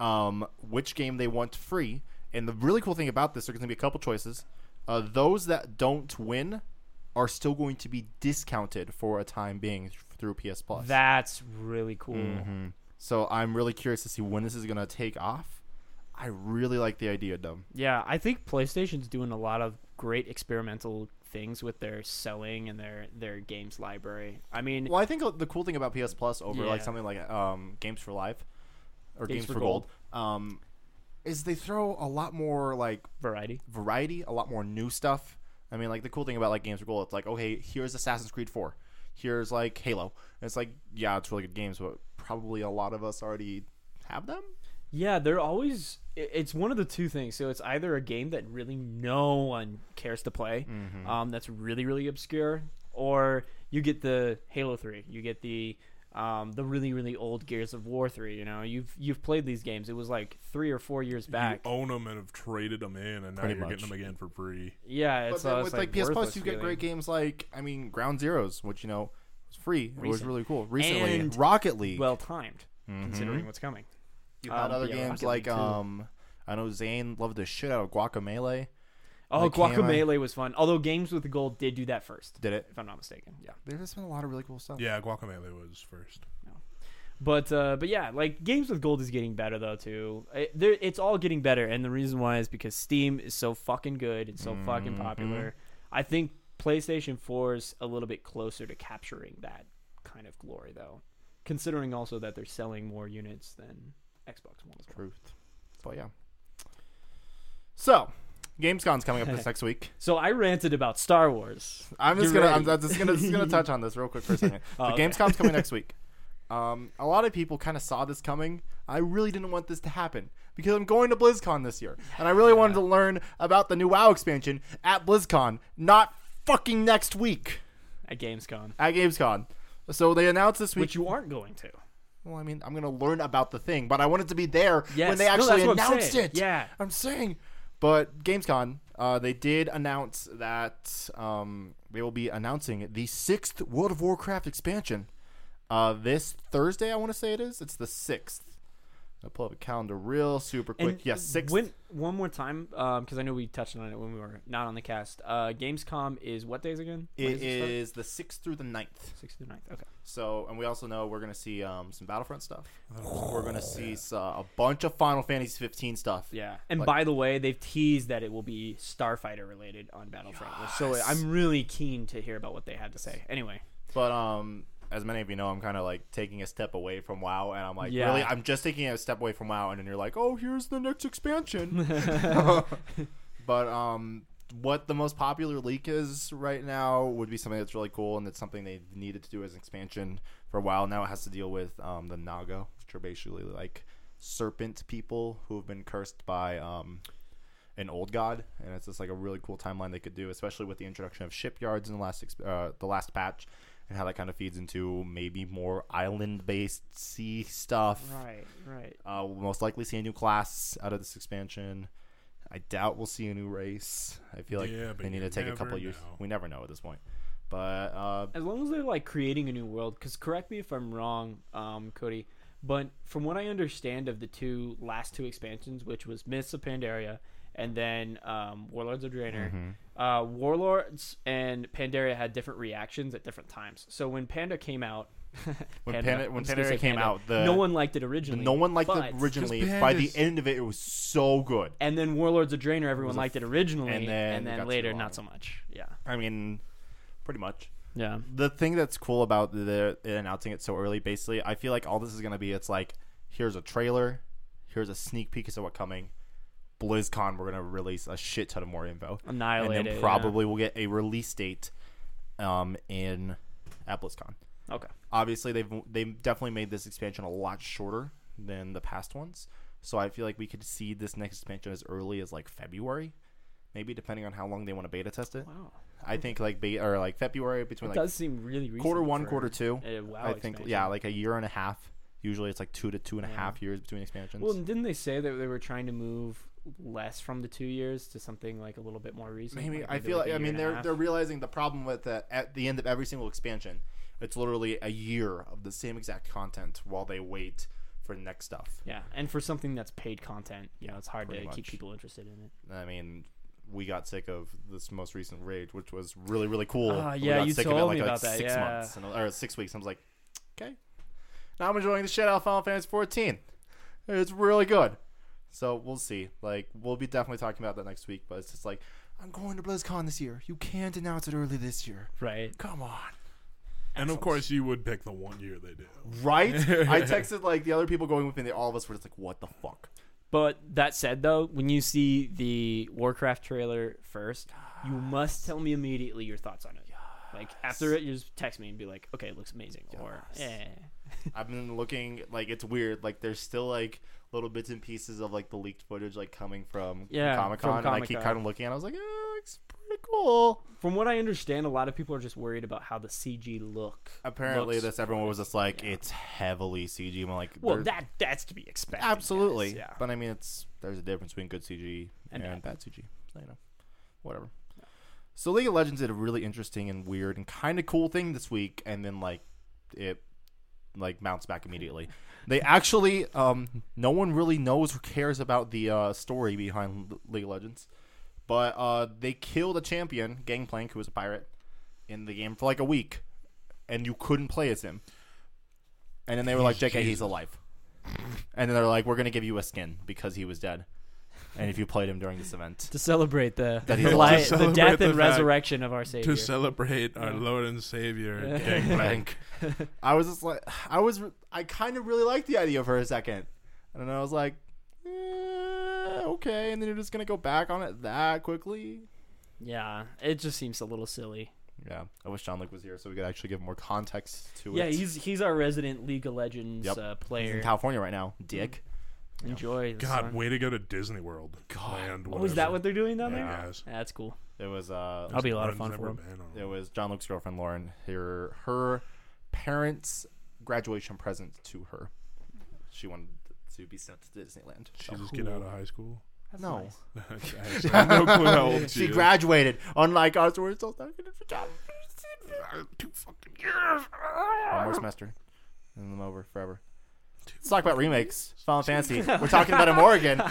[SPEAKER 2] um, which game they want free. And the really cool thing about this, there's going to be a couple choices. Uh, those that don't win are still going to be discounted for a time being through PS Plus.
[SPEAKER 3] That's really cool.
[SPEAKER 2] Mm-hmm. so I'm really curious to see when this is going to take off. I really like the idea, Dom.
[SPEAKER 3] Yeah, I think PlayStation's doing a lot of great experimental things with their selling and their their games library. I mean,
[SPEAKER 2] Well, I think uh, the cool thing about PS Plus over like
[SPEAKER 3] Yeah.
[SPEAKER 2] something like um, Games for Life or
[SPEAKER 3] Games
[SPEAKER 2] Games,
[SPEAKER 3] for
[SPEAKER 2] for Gold, um, is they throw a lot more like
[SPEAKER 3] variety.
[SPEAKER 2] variety, a lot more new stuff. I mean, like the cool thing about like Games for Gold, it's like, okay, here's Assassin's Creed Four, here's like Halo. And it's like, yeah, it's really good games, but probably a lot of us already have them.
[SPEAKER 3] Yeah, they're always i- it's one of the two things. So it's either a game that really no one cares to play, um, that's really really obscure, or you get the Halo Three, you get the um, the really really old Gears of War Three. You know, you've you've played these games. It was like three or four years back.
[SPEAKER 1] You own them and have traded them in, and now
[SPEAKER 2] Pretty
[SPEAKER 1] you're getting
[SPEAKER 2] much.
[SPEAKER 1] them again for free.
[SPEAKER 3] yeah,
[SPEAKER 2] But
[SPEAKER 3] it's,
[SPEAKER 2] then
[SPEAKER 3] uh, it's
[SPEAKER 2] with like, PS Plus,
[SPEAKER 3] worthless
[SPEAKER 2] you get
[SPEAKER 3] feeling.
[SPEAKER 2] great games like I mean Ground Zeroes, which you know was free. It was
[SPEAKER 3] Recent.
[SPEAKER 2] really cool. Recently,
[SPEAKER 3] And-
[SPEAKER 2] Rocket League.
[SPEAKER 3] well timed considering what's coming.
[SPEAKER 2] You've had
[SPEAKER 3] Um,
[SPEAKER 2] other
[SPEAKER 3] yeah,
[SPEAKER 2] games
[SPEAKER 3] Rocket League
[SPEAKER 2] like
[SPEAKER 3] too.
[SPEAKER 2] um, I know Zane loved the shit out of Guacamele.
[SPEAKER 3] Oh,
[SPEAKER 2] Like, can I-
[SPEAKER 3] Guacamelee was fun. Although Games with the Gold did do that first,
[SPEAKER 2] Did it?
[SPEAKER 3] if I'm not mistaken. Yeah.
[SPEAKER 2] There's been a lot of really cool stuff.
[SPEAKER 1] Yeah, Guacamole was first.
[SPEAKER 3] But uh, but yeah, like Games with Gold is getting better though too. It, there,
[SPEAKER 2] Mm-hmm.
[SPEAKER 3] it's all getting better, and the reason why is because Steam is so fucking good and so fucking popular. I think PlayStation 4 is a little bit closer to capturing that kind of glory, though, considering also that they're selling more units than Xbox One.
[SPEAKER 2] Truth. But yeah. So, Gamescom's coming up this next week.
[SPEAKER 3] So I ranted about Star Wars.
[SPEAKER 2] I'm just
[SPEAKER 3] Get
[SPEAKER 2] gonna I'm,
[SPEAKER 3] ready.
[SPEAKER 2] I'm just gonna just gonna touch on this real quick for a second. So
[SPEAKER 3] Oh, okay.
[SPEAKER 2] Gamescom's coming next week. Um, a lot of people kind of saw this coming. I really didn't want this to happen because I'm going to BlizzCon this year, and I really wanted to learn about the new WoW expansion at BlizzCon, not fucking next week
[SPEAKER 3] at Gamescom,
[SPEAKER 2] at Gamescon. So they announced this week.
[SPEAKER 3] which you aren't going to.
[SPEAKER 2] well, I mean, I'm gonna learn about the thing, but I wanted to be there
[SPEAKER 3] Yes.
[SPEAKER 2] when they
[SPEAKER 3] No,
[SPEAKER 2] actually
[SPEAKER 3] that's what I'm
[SPEAKER 2] announced
[SPEAKER 3] saying.
[SPEAKER 2] it.
[SPEAKER 3] Yeah.
[SPEAKER 2] I'm saying. But Gamescon, uh, they did announce that um, they will be announcing the sixth World of Warcraft expansion uh, this Thursday. I want to say it is. It's the sixth. I'll pull up a calendar real super quick.
[SPEAKER 3] And
[SPEAKER 2] yes, sixth.
[SPEAKER 3] When, one more time, because I know we touched on it when we were not on the cast. Uh, Gamescom is what days again? When
[SPEAKER 2] it
[SPEAKER 3] does start?
[SPEAKER 2] is the sixth through the 9th.
[SPEAKER 3] sixth to ninth. Okay.
[SPEAKER 2] So, and we also know we're gonna see um, some Battlefront stuff. We're gonna
[SPEAKER 3] Oh,
[SPEAKER 2] see uh, a bunch of Final Fantasy 15 stuff.
[SPEAKER 3] Yeah. And by the way, they've teased that it will be Starfighter related on Battlefront. which- So I'm really keen to hear about what they had to say. Anyway,
[SPEAKER 2] But um, as many of you know, I'm kind of like taking a step away from WoW, and I'm like,
[SPEAKER 3] Yeah.
[SPEAKER 2] really, I'm just taking a step away from WoW, and then you're like, oh, here's the next expansion. but um, what the most popular leak is right now would be something that's really cool, and it's something they needed to do as an expansion for a while. Now it has to deal with um the Naga, which are basically like serpent people who have been cursed by um an old god, and it's just like a really cool timeline they could do, especially with the introduction of shipyards in the last exp- uh, the last patch, and how that kind of feeds into maybe more island based sea stuff.
[SPEAKER 3] right, right.
[SPEAKER 2] Uh, we'll most likely see a new class out of this expansion. I doubt we'll see a new race. I feel like
[SPEAKER 1] Yeah, but
[SPEAKER 2] they need
[SPEAKER 1] you
[SPEAKER 2] to take a couple
[SPEAKER 1] never
[SPEAKER 2] years.
[SPEAKER 1] know.
[SPEAKER 2] We never know at this point, but uh,
[SPEAKER 3] As long as they're like creating a new world, because correct me if I'm wrong, um, Cody, but from what I understand of the two last two expansions, which was Myths of Pandaria and then um, Warlords of Draenor,
[SPEAKER 2] Mm-hmm.
[SPEAKER 3] uh, Warlords and Pandaria had different reactions at different times. So when Panda came out,
[SPEAKER 2] When
[SPEAKER 3] Panda-
[SPEAKER 2] Panda-
[SPEAKER 3] I'm
[SPEAKER 2] when
[SPEAKER 3] just gonna
[SPEAKER 2] Pandaria
[SPEAKER 3] say
[SPEAKER 2] came out, the-
[SPEAKER 3] no one liked it originally.
[SPEAKER 2] no one liked
[SPEAKER 3] but-
[SPEAKER 2] it originally.
[SPEAKER 1] Just
[SPEAKER 2] By the
[SPEAKER 1] pandas.
[SPEAKER 2] end of it, it was so good.
[SPEAKER 3] And then Warlords of Draenor, everyone liked it originally,
[SPEAKER 2] and
[SPEAKER 3] and
[SPEAKER 2] then
[SPEAKER 3] then,
[SPEAKER 2] it got
[SPEAKER 3] later
[SPEAKER 2] too long.
[SPEAKER 3] not so much. Yeah,
[SPEAKER 2] I mean, pretty much.
[SPEAKER 3] yeah.
[SPEAKER 2] the thing that's cool about the, it announcing it so early, basically, I feel like all this is gonna be. It's like here's a trailer, here's a sneak peek as to what's coming. BlizzCon, we're gonna release a shit ton of more info,
[SPEAKER 3] Annihilate
[SPEAKER 2] and
[SPEAKER 3] it,
[SPEAKER 2] then
[SPEAKER 3] yeah.
[SPEAKER 2] probably we'll get a release date, um, in at BlizzCon.
[SPEAKER 3] Okay.
[SPEAKER 2] Obviously, they've they've definitely made this expansion a lot shorter than the past ones, so I feel like we could see this next expansion as early as like February, maybe depending on how long they want to beta test it.
[SPEAKER 3] Wow.
[SPEAKER 2] I think like be or like February between
[SPEAKER 3] It
[SPEAKER 2] like
[SPEAKER 3] does seem really recent
[SPEAKER 2] quarter one,
[SPEAKER 3] for-
[SPEAKER 2] quarter two.
[SPEAKER 3] a WoW
[SPEAKER 2] I think yeah,
[SPEAKER 3] expansion.
[SPEAKER 2] like a year and a half. Usually it's like two to two and a half years between expansions.
[SPEAKER 3] Well, didn't they say that they were trying to move less from the two years to something like a little bit more recent?
[SPEAKER 2] maybe I
[SPEAKER 3] maybe
[SPEAKER 2] feel like
[SPEAKER 3] a
[SPEAKER 2] I
[SPEAKER 3] year
[SPEAKER 2] mean
[SPEAKER 3] and a
[SPEAKER 2] they're
[SPEAKER 3] half?
[SPEAKER 2] they're realizing the problem with that at the end of every single expansion, it's literally a year of the same exact content while they wait for the next stuff.
[SPEAKER 3] yeah, and for something that's paid content, you know, it's hard to
[SPEAKER 2] pretty
[SPEAKER 3] keep
[SPEAKER 2] much.
[SPEAKER 3] people interested in it.
[SPEAKER 2] I mean, we got sick of this most recent raid, which was really really cool.
[SPEAKER 3] Ah,
[SPEAKER 2] We
[SPEAKER 3] yeah,
[SPEAKER 2] got
[SPEAKER 3] you
[SPEAKER 2] sick of it
[SPEAKER 3] told
[SPEAKER 2] like,
[SPEAKER 3] me
[SPEAKER 2] like
[SPEAKER 3] about that,
[SPEAKER 2] six
[SPEAKER 3] yeah.
[SPEAKER 2] months and, or six weeks. I was like, okay, now I'm enjoying the shit out of Final Fantasy 14. It's really good. So we'll see. Like we'll be definitely talking about that next week. But it's just like I'm going to BlizzCon this year. You can't announce it early this year.
[SPEAKER 3] Right.
[SPEAKER 2] Come on.
[SPEAKER 1] And of course, you would pick the one year they do.
[SPEAKER 2] Right? I texted like the other people going with me. They all of us were just like, what the fuck?
[SPEAKER 3] But that said, though, when you see the Warcraft trailer first, you must tell me immediately your thoughts on it. Like after it, you just text me and be like, "Okay, it looks amazing," or "Eh."
[SPEAKER 2] I've been looking like it's weird. Like there's still like little bits and pieces of like the leaked footage like coming from
[SPEAKER 3] Yeah,
[SPEAKER 2] Comic Con,
[SPEAKER 3] from
[SPEAKER 2] and I keep
[SPEAKER 3] Comic-Con.
[SPEAKER 2] kind of looking at. it. I was like, oh, it's pretty cool.
[SPEAKER 3] From what I understand, a lot of people are just worried about how the CG look.
[SPEAKER 2] Uh, Apparently,
[SPEAKER 3] looks.
[SPEAKER 2] this everyone was just like, it's heavily CG. I'm like,
[SPEAKER 3] well,
[SPEAKER 2] there-
[SPEAKER 3] that that's to be expected.
[SPEAKER 2] absolutely.
[SPEAKER 3] guys, Yeah.
[SPEAKER 2] But I mean, it's there's a difference between good CG and,
[SPEAKER 3] And
[SPEAKER 2] bad CG. So, you know, whatever. So League of Legends did a really interesting and weird and kind of cool thing this week, and then like it like mounts back immediately. they actually, um, no one really knows or cares about the uh, story behind L- League of Legends, but uh, they killed a champion, Gangplank, who was a pirate, in the game for like a week, and you couldn't play as him. And then they were like, "JK, he's alive." And then they're like, "We're gonna give you a skin because he was dead." and if you played him during this event.
[SPEAKER 3] to celebrate the
[SPEAKER 2] That he
[SPEAKER 3] the,
[SPEAKER 2] lost.
[SPEAKER 3] li-
[SPEAKER 1] To celebrate
[SPEAKER 3] the death
[SPEAKER 1] the
[SPEAKER 3] and
[SPEAKER 1] fact-
[SPEAKER 3] resurrection of our Savior.
[SPEAKER 1] to celebrate our Lord and Savior
[SPEAKER 3] Yeah.
[SPEAKER 1] Gangplank.
[SPEAKER 2] I was just like, I was, I kind of really liked the idea for a second, and then I was like, eh, okay, and then you're just gonna go back on it that quickly.
[SPEAKER 3] yeah, it just seems a little silly.
[SPEAKER 2] Yeah, I wish John Luke was here so we could actually give more context to
[SPEAKER 3] Yeah,
[SPEAKER 2] it.
[SPEAKER 3] he's he's our resident League of Legends
[SPEAKER 2] Yep.
[SPEAKER 3] uh,
[SPEAKER 2] He's in
[SPEAKER 3] player. Mm-hmm.
[SPEAKER 2] California right now, Dick.
[SPEAKER 3] Enjoy. the
[SPEAKER 1] God,
[SPEAKER 3] sun.
[SPEAKER 1] way to go to Disney World. God,
[SPEAKER 3] oh, is that what they're doing down
[SPEAKER 1] Yeah,
[SPEAKER 3] there?
[SPEAKER 1] guys.
[SPEAKER 3] That's cool.
[SPEAKER 2] It was uh,
[SPEAKER 3] I'll be a lot of fun for him.
[SPEAKER 2] it was John Luke's girlfriend Lauren. Her her parents' graduation present to her. She wanted to be sent to Disneyland.
[SPEAKER 1] She just get out of high school.
[SPEAKER 2] no.
[SPEAKER 3] nice.
[SPEAKER 1] I have no clue how old she,
[SPEAKER 2] She
[SPEAKER 1] is.
[SPEAKER 2] graduated, unlike us, we're still stuck in a job.
[SPEAKER 1] Two fucking years.
[SPEAKER 2] One more semester, and I'm over forever. Let's talk about remakes. Final Fantasy. We're talking about them again.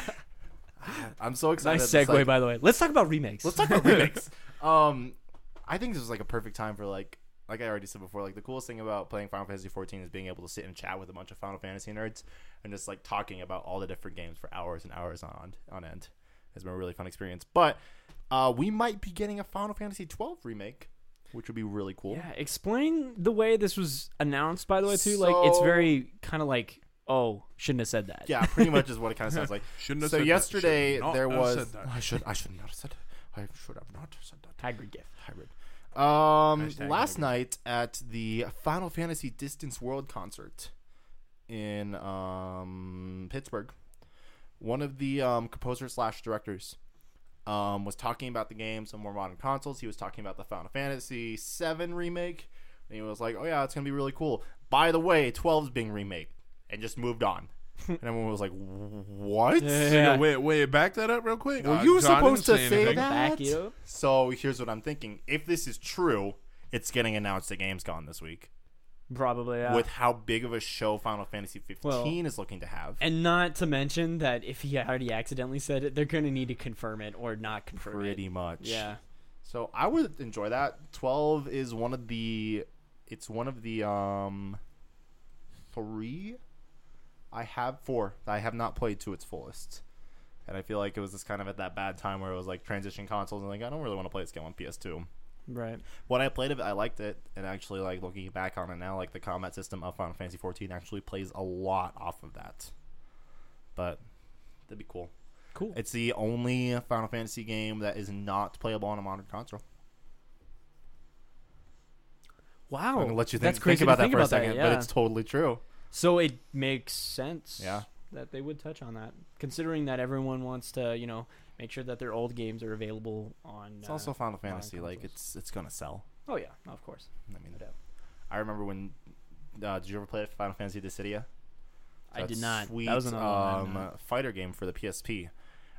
[SPEAKER 2] I'm so excited.
[SPEAKER 3] Nice
[SPEAKER 2] It's
[SPEAKER 3] segue,
[SPEAKER 2] like-
[SPEAKER 3] by the way. Let's talk about remakes.
[SPEAKER 2] Let's talk about remakes. um, I think this was like a perfect time for like, like I already said before, like the coolest thing about playing Final Fantasy 14 is being able to sit and chat with a bunch of Final Fantasy nerds and just like talking about all the different games for hours and hours on on end. It's been a really fun experience. But uh, we might be getting a Final Fantasy 12 remake, which would be really cool.
[SPEAKER 3] Yeah, explain the way this was announced, by the way, too. like, it's
[SPEAKER 2] So-
[SPEAKER 3] very kind of like, oh, shouldn't have said that.
[SPEAKER 2] Yeah, pretty much is what it kind of sounds like.
[SPEAKER 1] Shouldn't have
[SPEAKER 2] so
[SPEAKER 1] said that.
[SPEAKER 2] yesterday
[SPEAKER 1] Should not
[SPEAKER 2] there
[SPEAKER 1] have
[SPEAKER 2] was.
[SPEAKER 1] said that.
[SPEAKER 2] I should. I should not have said. I should have not said that.
[SPEAKER 3] Hagrid gift.
[SPEAKER 2] hybrid. Um,
[SPEAKER 1] Hashtag
[SPEAKER 2] last
[SPEAKER 1] hybrid.
[SPEAKER 2] night at the Final Fantasy Distance World concert in um, Pittsburgh, one of the um, composers slash directors um, was talking about the game, some more modern consoles. He was talking about the Final Fantasy VII remake, and he was like, "Oh yeah, it's gonna be really cool." By the way, 12's being remade, and just moved on. and everyone was like, "What?"
[SPEAKER 1] Yeah, wait, wait, back that up real quick.
[SPEAKER 2] Were
[SPEAKER 1] Uh,
[SPEAKER 2] you
[SPEAKER 1] John
[SPEAKER 2] supposed
[SPEAKER 1] didn't
[SPEAKER 2] to say
[SPEAKER 1] anything.
[SPEAKER 2] that?
[SPEAKER 3] Back it up.
[SPEAKER 2] So here's what I'm thinking: if this is true, it's getting announced at Gamescom this week.
[SPEAKER 3] Probably. Yeah.
[SPEAKER 2] With how big of a show Final Fantasy 15
[SPEAKER 3] Well-
[SPEAKER 2] is looking to have,
[SPEAKER 3] and not to mention that if he already accidentally said it, they're going to need to confirm it or not confirm it.
[SPEAKER 2] pretty much.
[SPEAKER 3] Yeah.
[SPEAKER 2] So I would enjoy that. Twelve is one of the, it's one of the um, three. I have four that I have not played to its fullest, and I feel like it was just kind of at that bad time where it was like transition consoles and like I don't really want to play this game on PS2.
[SPEAKER 3] Right.
[SPEAKER 2] when I played it, I liked it, and actually, like looking back on it now, like the combat system of Final Fantasy 14 actually plays a lot off of that. But that'd be cool.
[SPEAKER 3] Cool.
[SPEAKER 2] It's the only Final Fantasy game that is not playable on a modern console.
[SPEAKER 3] wow.
[SPEAKER 2] I'm gonna let you think,
[SPEAKER 3] Oh, That's
[SPEAKER 2] think
[SPEAKER 3] crazy to
[SPEAKER 2] about that
[SPEAKER 3] think
[SPEAKER 2] for
[SPEAKER 3] about
[SPEAKER 2] a second,
[SPEAKER 3] yeah.
[SPEAKER 2] but it's totally true.
[SPEAKER 3] So it makes sense
[SPEAKER 2] Yeah.
[SPEAKER 3] that they would touch on that, considering that everyone wants to, you know, make sure that their old games are available on.
[SPEAKER 2] It's
[SPEAKER 3] uh,
[SPEAKER 2] also Final
[SPEAKER 3] modern
[SPEAKER 2] Fantasy, like
[SPEAKER 3] consoles.
[SPEAKER 2] it's it's gonna sell.
[SPEAKER 3] Oh, yeah, of course.
[SPEAKER 2] I mean,
[SPEAKER 3] No doubt.
[SPEAKER 2] I remember when. Uh, did you ever play Final Fantasy Dissidia?
[SPEAKER 3] I
[SPEAKER 2] that
[SPEAKER 3] did not.
[SPEAKER 2] Sweet,
[SPEAKER 3] that was another one.
[SPEAKER 2] um,
[SPEAKER 3] I'm not-
[SPEAKER 2] uh, fighter game for the PSP. And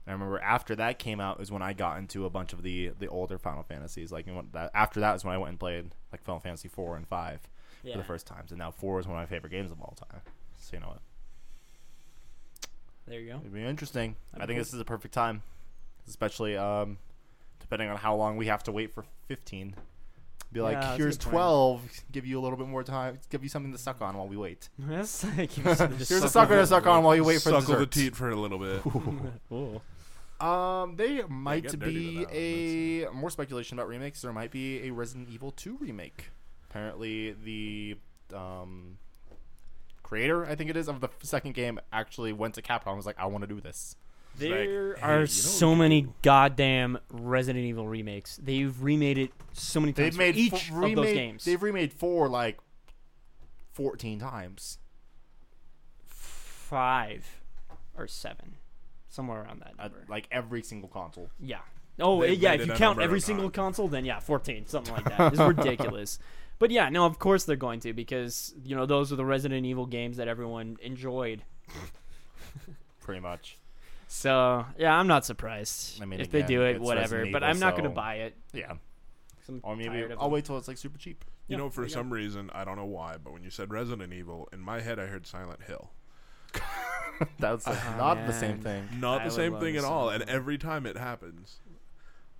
[SPEAKER 2] I remember after that came out is when I got into a bunch of the the older Final Fantasies. Like you know, that, after that is when I went and played like Final Fantasy four and five
[SPEAKER 3] yeah.
[SPEAKER 2] for the first times. And now four is one of my favorite games of all time. So you know what?
[SPEAKER 3] There you go.
[SPEAKER 2] It'd be interesting.
[SPEAKER 3] That'd
[SPEAKER 2] I
[SPEAKER 3] be
[SPEAKER 2] think
[SPEAKER 3] cool.
[SPEAKER 2] this is a perfect time, especially um, depending on how long we have to wait for fifteen. Be like,
[SPEAKER 3] Yeah, that's a
[SPEAKER 2] here's
[SPEAKER 3] good point.
[SPEAKER 2] twelve. Give you a little bit more time. Give you something to suck on while we wait.
[SPEAKER 3] That's like, you just- just
[SPEAKER 2] Here's a
[SPEAKER 3] suck
[SPEAKER 2] sucker to suck on while you wait for
[SPEAKER 1] Suckle the
[SPEAKER 2] dessert.
[SPEAKER 1] teat for a little bit.
[SPEAKER 3] Ooh.
[SPEAKER 2] Um, they
[SPEAKER 1] get
[SPEAKER 2] might
[SPEAKER 1] dirty
[SPEAKER 2] be
[SPEAKER 1] with that one,
[SPEAKER 2] a more speculation about remakes. There might be a Resident Evil 2 remake. Apparently, the um, creator, I think it is, of the second game actually went to Capcom. and Was like, I want to do this.
[SPEAKER 3] There
[SPEAKER 1] hey,
[SPEAKER 3] are
[SPEAKER 1] you know
[SPEAKER 3] so
[SPEAKER 1] what you
[SPEAKER 3] many
[SPEAKER 1] do.
[SPEAKER 3] goddamn Resident Evil remakes. They've remade it so many
[SPEAKER 2] They've
[SPEAKER 3] times. for
[SPEAKER 2] made
[SPEAKER 3] each
[SPEAKER 2] f-
[SPEAKER 3] of
[SPEAKER 2] remade,
[SPEAKER 3] those games.
[SPEAKER 2] They've remade four like 14 times.
[SPEAKER 3] five or seven, somewhere around that
[SPEAKER 2] At,
[SPEAKER 3] number.
[SPEAKER 2] like every single console.
[SPEAKER 3] yeah. Oh,
[SPEAKER 1] Uh, They've
[SPEAKER 3] yeah.
[SPEAKER 1] made
[SPEAKER 3] If
[SPEAKER 1] it
[SPEAKER 3] you
[SPEAKER 1] a
[SPEAKER 3] count
[SPEAKER 1] number
[SPEAKER 3] every
[SPEAKER 1] of
[SPEAKER 3] single
[SPEAKER 1] times.
[SPEAKER 3] console, then yeah, fourteen, something like that. It's ridiculous. But yeah, no, of course they're going to because you know those are the Resident Evil games that everyone enjoyed.
[SPEAKER 2] Pretty much.
[SPEAKER 3] So yeah, I'm not surprised.
[SPEAKER 2] I mean,
[SPEAKER 3] if they
[SPEAKER 2] again,
[SPEAKER 3] do it,
[SPEAKER 2] it's
[SPEAKER 3] whatever.
[SPEAKER 2] Resident
[SPEAKER 3] But
[SPEAKER 2] Evil,
[SPEAKER 3] I'm not going
[SPEAKER 2] so-
[SPEAKER 3] to buy it.
[SPEAKER 2] Yeah.
[SPEAKER 3] 'cause I'm
[SPEAKER 2] Or maybe
[SPEAKER 3] tired of
[SPEAKER 2] I'll
[SPEAKER 3] them.
[SPEAKER 2] wait till it's like super cheap.
[SPEAKER 1] You
[SPEAKER 3] Yeah,
[SPEAKER 1] know, for
[SPEAKER 3] there you go.
[SPEAKER 1] some reason, I don't know why, but when you said Resident Evil, in my head, I heard Silent Hill.
[SPEAKER 2] That's not
[SPEAKER 1] Oh,
[SPEAKER 2] the
[SPEAKER 3] man.
[SPEAKER 2] same thing.
[SPEAKER 1] Not
[SPEAKER 3] I
[SPEAKER 1] the
[SPEAKER 3] would
[SPEAKER 1] same
[SPEAKER 3] love
[SPEAKER 1] thing
[SPEAKER 3] a
[SPEAKER 1] at all.
[SPEAKER 3] Silent
[SPEAKER 1] And every time it happens,